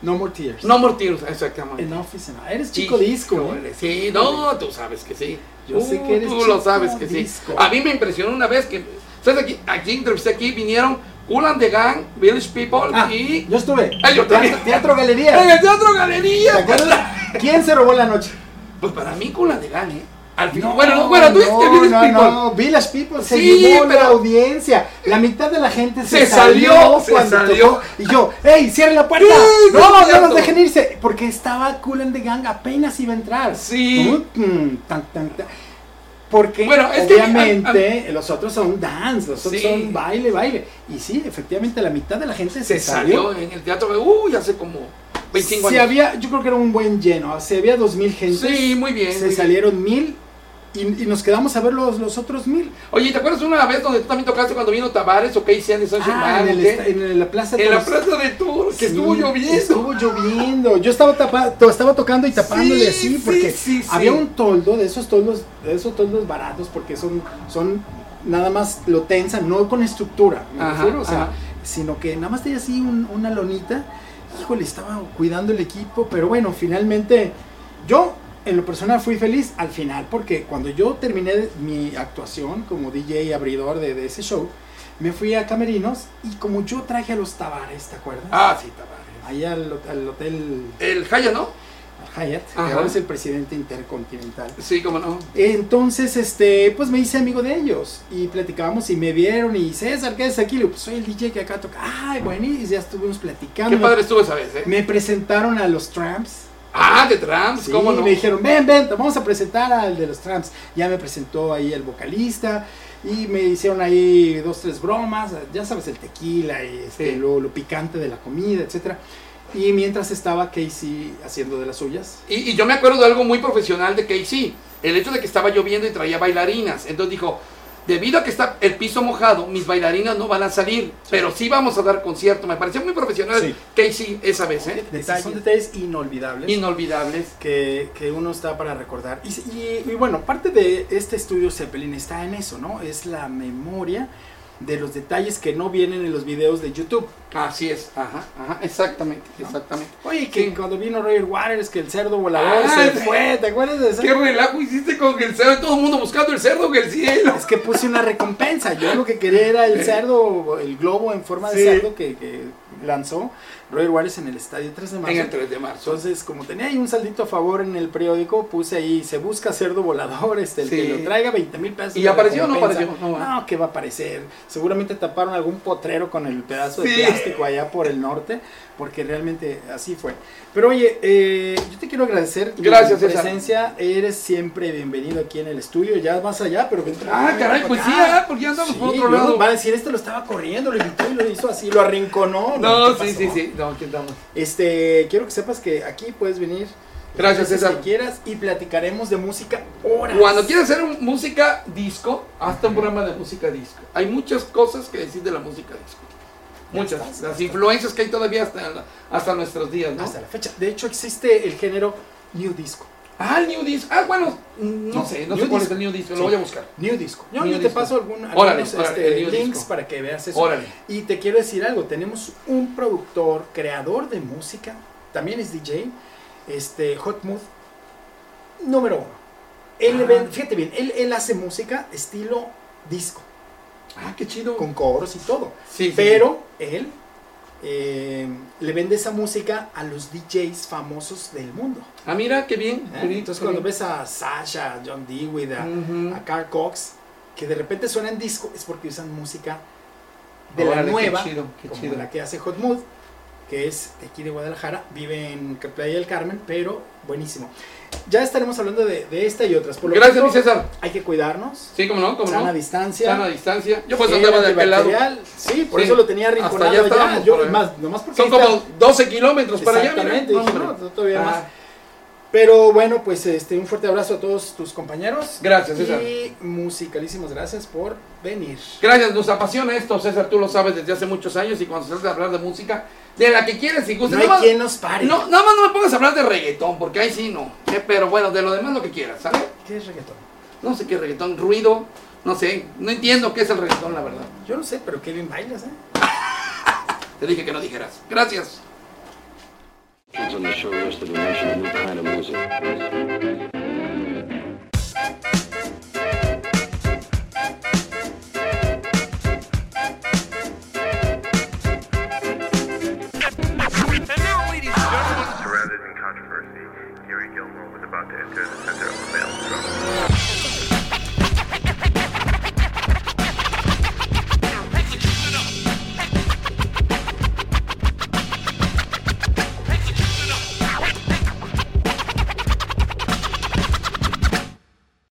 Speaker 3: No more tears.
Speaker 4: No More Tears, exactamente.
Speaker 3: Enough is enough. Eres
Speaker 4: Sí,
Speaker 3: chico disco. ¿eh?
Speaker 4: híjole, Sí, no, tú sabes que sí. Uh,
Speaker 3: Yo sé que eres
Speaker 4: Tú lo sabes
Speaker 3: chico
Speaker 4: que
Speaker 3: disco.
Speaker 4: sí. A mí me impresionó una vez que. ¿Sabes? Aquí, aquí entrevisté aquí, vinieron Ulan de Gang, Village People
Speaker 3: Ah,
Speaker 4: y.
Speaker 3: yo estuve.
Speaker 4: Ay,
Speaker 3: teatro,
Speaker 4: yo también.
Speaker 3: Teatro
Speaker 4: ¡En
Speaker 3: Galería.
Speaker 4: el Teatro
Speaker 3: ¿Te
Speaker 4: Galería!
Speaker 3: acuerdas? ¿Quién se robó la noche?
Speaker 4: Pues para mí, Ulan de Gang, ¿eh? Al final. bueno, no, bueno, tú
Speaker 3: no,
Speaker 4: viste Village
Speaker 3: no,
Speaker 4: People.
Speaker 3: no, Village People se
Speaker 4: Sí,
Speaker 3: llevó la
Speaker 4: pero-
Speaker 3: audiencia. La mitad de la gente se,
Speaker 4: Se salió, se
Speaker 3: cuando
Speaker 4: salió.
Speaker 3: tocó. Y yo, ¡ey, cierren la puerta!
Speaker 4: Sí, no es
Speaker 3: no, no
Speaker 4: cierto.
Speaker 3: los dejen irse. Porque estaba Cool and the Gang, apenas iba a entrar.
Speaker 4: Sí.
Speaker 3: Mm, tan, tan, tan. Porque
Speaker 4: Bueno, es que a mí-
Speaker 3: obviamente los otros son dance, los otros
Speaker 4: Sí.
Speaker 3: son baile, baile. Y sí, efectivamente la mitad de la gente se,
Speaker 4: Se salió en el Teatro Galería. Uy, hace como 25
Speaker 3: Si
Speaker 4: años.
Speaker 3: había, yo creo que era un buen lleno. Si había dos mil gente,
Speaker 4: Sí, muy bien. muy
Speaker 3: se
Speaker 4: bien.
Speaker 3: salieron mil y, y nos quedamos a ver los, los otros mil.
Speaker 4: Oye, ¿te acuerdas una vez donde tú también tocaste cuando vino Tavares o Casey Anderson?
Speaker 3: Ah, en, el esta- en la plaza
Speaker 4: en la
Speaker 3: Toros.
Speaker 4: plaza de Tours, que
Speaker 3: Sí,
Speaker 4: estuvo lloviendo.
Speaker 3: Estuvo lloviendo. Yo estaba, tapa- to- estaba tocando y tapándole
Speaker 4: Sí,
Speaker 3: así
Speaker 4: sí,
Speaker 3: porque
Speaker 4: sí, sí.
Speaker 3: había un toldo de esos toldos, de esos toldos baratos porque son, son nada más lo tensan, no con estructura, me
Speaker 4: Ajá,
Speaker 3: refiero, o sea,
Speaker 4: ajá.
Speaker 3: sino que nada más tenía así un- una lonita. Híjole, estaba cuidando el equipo, pero bueno, finalmente yo en lo personal fui feliz al final porque cuando yo terminé mi actuación como DJ abridor de, de ese show, me fui a Camerinos y como yo traje a los Tabares, ¿te acuerdas?
Speaker 4: Ah, sí, Tavares.
Speaker 3: Ahí al, al hotel
Speaker 4: El Jaya, ¿no?
Speaker 3: Hyatt, que
Speaker 4: Ajá.
Speaker 3: ahora es el presidente intercontinental.
Speaker 4: Sí, cómo no.
Speaker 3: Entonces, este, pues me hice amigo de ellos y platicábamos y me vieron y César, ¿qué es aquí? Le digo, pues soy el DJ que acá toca. Ay, buenísimo, ya estuvimos platicando.
Speaker 4: Qué padre estuvo esa vez, ¿eh?
Speaker 3: Me presentaron a los Tramps.
Speaker 4: Ah, de Trams,
Speaker 3: Sí,
Speaker 4: cómo no.
Speaker 3: me dijeron, ven, ven, te vamos a presentar al de los Tramps. Ya me presentó ahí el vocalista y me hicieron ahí dos, tres bromas, ya sabes, el tequila y este,
Speaker 4: Sí.
Speaker 3: lo, lo picante de la comida, etcétera. Y mientras estaba Casey haciendo de las suyas,
Speaker 4: Y, y yo me acuerdo de algo muy profesional de Casey. El hecho de que estaba lloviendo y traía bailarinas. Entonces dijo, debido a que está el piso mojado, mis bailarinas no van a salir, pero sí vamos a dar concierto. Me pareció muy profesional
Speaker 3: Sí.
Speaker 4: Casey esa vez, ¿eh?
Speaker 3: Detalles. Son detalles inolvidables
Speaker 4: Inolvidables.
Speaker 3: que, que uno está para recordar. Y, y- y bueno, parte de este estudio Zeppelin está en eso, ¿no? Es la memoria de los detalles que no vienen en los videos de YouTube.
Speaker 4: Así es, ajá, ajá, exactamente, exactamente.
Speaker 3: Oye, que
Speaker 4: Sí.
Speaker 3: cuando vino Roger Waters, que el cerdo volador
Speaker 4: Ah,
Speaker 3: se
Speaker 4: sí.
Speaker 3: fue, ¿te acuerdas de eso?
Speaker 4: ¿Qué relajo hiciste con el cerdo? Todo el mundo buscando el cerdo en el cielo.
Speaker 3: Es que puse una recompensa. Yo lo que quería era el cerdo, el globo en forma de
Speaker 4: Sí.
Speaker 3: cerdo que, que lanzó Roger Waters en el estadio 3 de marzo.
Speaker 4: En el 3 de marzo.
Speaker 3: Entonces, como tenía ahí un saldito a favor en el periódico, puse ahí, se busca cerdo volador, este, el
Speaker 4: Sí.
Speaker 3: que lo traiga 20 mil pesos.
Speaker 4: ¿Y
Speaker 3: de
Speaker 4: apareció o no
Speaker 3: recompensa.
Speaker 4: apareció? No, ¿verdad?
Speaker 3: No, que va a aparecer. Seguramente taparon algún potrero con el pedazo de
Speaker 4: Sí.
Speaker 3: plástico allá por el norte, porque realmente así fue. Pero oye, eh, yo te quiero agradecer tu
Speaker 4: Gracias, César.
Speaker 3: presencia. Eres siempre bienvenido aquí en el estudio, ya vas allá, pero ven-
Speaker 4: Ah, caray, pues sí, ah, porque ya andamos
Speaker 3: Sí,
Speaker 4: por otro
Speaker 3: luego
Speaker 4: lado.
Speaker 3: Va a decir, este lo estaba corriendo, lo invitó y lo hizo así, lo arrinconó.
Speaker 4: No,
Speaker 3: ¿qué
Speaker 4: sí, sí,
Speaker 3: pasó?
Speaker 4: sí, no, aquí estamos.
Speaker 3: Este, quiero que sepas que aquí puedes venir.
Speaker 4: Gracias,
Speaker 3: las veces
Speaker 4: César.
Speaker 3: Que quieras y platicaremos de música horas.
Speaker 4: Cuando quieres hacer un- música disco, hasta un programa de música disco. Hay muchas cosas que decir de la música disco. Muchas.
Speaker 3: Ya está, ya
Speaker 4: las
Speaker 3: está.
Speaker 4: influencias que hay todavía hasta, hasta nuestros días, ¿no?
Speaker 3: Hasta la fecha. De hecho, existe el género New Disco.
Speaker 4: Ah, el New Disco. Ah, bueno, no sé, no
Speaker 3: New
Speaker 4: sé cuál es
Speaker 3: disco.
Speaker 4: el New Disco,
Speaker 3: Sí.
Speaker 4: lo voy a buscar.
Speaker 3: New Disco. Yo,
Speaker 4: New
Speaker 3: yo te
Speaker 4: disco.
Speaker 3: paso algún, algunos
Speaker 4: Órale, órale,
Speaker 3: este,
Speaker 4: el new
Speaker 3: links
Speaker 4: disco.
Speaker 3: para que veas eso.
Speaker 4: Órale.
Speaker 3: Y te quiero decir algo. Tenemos un productor, creador de música, también es DJ, este, Hot Mood, número uno. Él,
Speaker 4: Ah.
Speaker 3: ven- fíjate bien, él, él hace música estilo disco,
Speaker 4: Ah, qué chido.
Speaker 3: con coros y todo.
Speaker 4: Sí, sí, sí.
Speaker 3: Pero él eh, le vende esa música a los DJs famosos del mundo.
Speaker 4: Ah, mira, qué bien.
Speaker 3: ¿eh?
Speaker 4: qué bien,
Speaker 3: Entonces
Speaker 4: qué
Speaker 3: cuando
Speaker 4: bien.
Speaker 3: ves a Sasha, a John Dewey, a,
Speaker 4: Ujú. Ah,
Speaker 3: a Carl Cox, que de repente suenan disco, es porque usan música de la
Speaker 4: Órale, qué
Speaker 3: nueva,
Speaker 4: chido, qué
Speaker 3: como
Speaker 4: chido.
Speaker 3: la que hace Hot Mood, que es de aquí de Guadalajara, vive en Playa del Carmen, pero buenísimo. Ya estaremos hablando de, de esta y otras. Por lo
Speaker 4: Gracias, mi
Speaker 3: pronto,
Speaker 4: César.
Speaker 3: Hay que cuidarnos,
Speaker 4: Sí, cómo no, cómo
Speaker 3: sana
Speaker 4: no.
Speaker 3: distancia.
Speaker 4: Sana distancia. Yo pues
Speaker 3: Gel
Speaker 4: andaba de aquel lado.
Speaker 3: antibacterial, Sí, por
Speaker 4: Sí,
Speaker 3: eso lo tenía
Speaker 4: hasta
Speaker 3: arrinconado
Speaker 4: allá
Speaker 3: allá.
Speaker 4: estábamos,
Speaker 3: Yo,
Speaker 4: por ahí.
Speaker 3: más, nomás porque
Speaker 4: Son
Speaker 3: ahí está-
Speaker 4: como 12 kilómetros para allá, mira.
Speaker 3: Exactamente, dije,
Speaker 4: hombre.
Speaker 3: no, todavía
Speaker 4: Ah,
Speaker 3: más. Pero bueno, pues este, un fuerte abrazo a todos tus compañeros.
Speaker 4: Gracias, César.
Speaker 3: Y musicalísimas gracias por venir.
Speaker 4: Gracias, nos apasiona esto, César, tú lo sabes desde hace muchos años y cuando se trata de hablar de música, de la que quieres y
Speaker 3: No
Speaker 4: gustes.
Speaker 3: hay
Speaker 4: Pues nada más-
Speaker 3: quien nos pare.
Speaker 4: no, nada más no me pongas a hablar de reggaetón, porque ahí sí no. Eh, pero bueno, de lo demás lo que quieras, ¿sale?
Speaker 3: ¿Qué es reggaetón?
Speaker 4: No sé qué reggaetón, ruido, no sé, no entiendo qué es el reggaetón, la verdad.
Speaker 3: Yo no sé, pero qué bien bailas, ¿eh?
Speaker 4: Te dije que no dijeras. Gracias.
Speaker 1: Kids on the show listed a nation of new kind of music.
Speaker 2: Surrounded in controversy, Gary Gilmore was about to enter the center of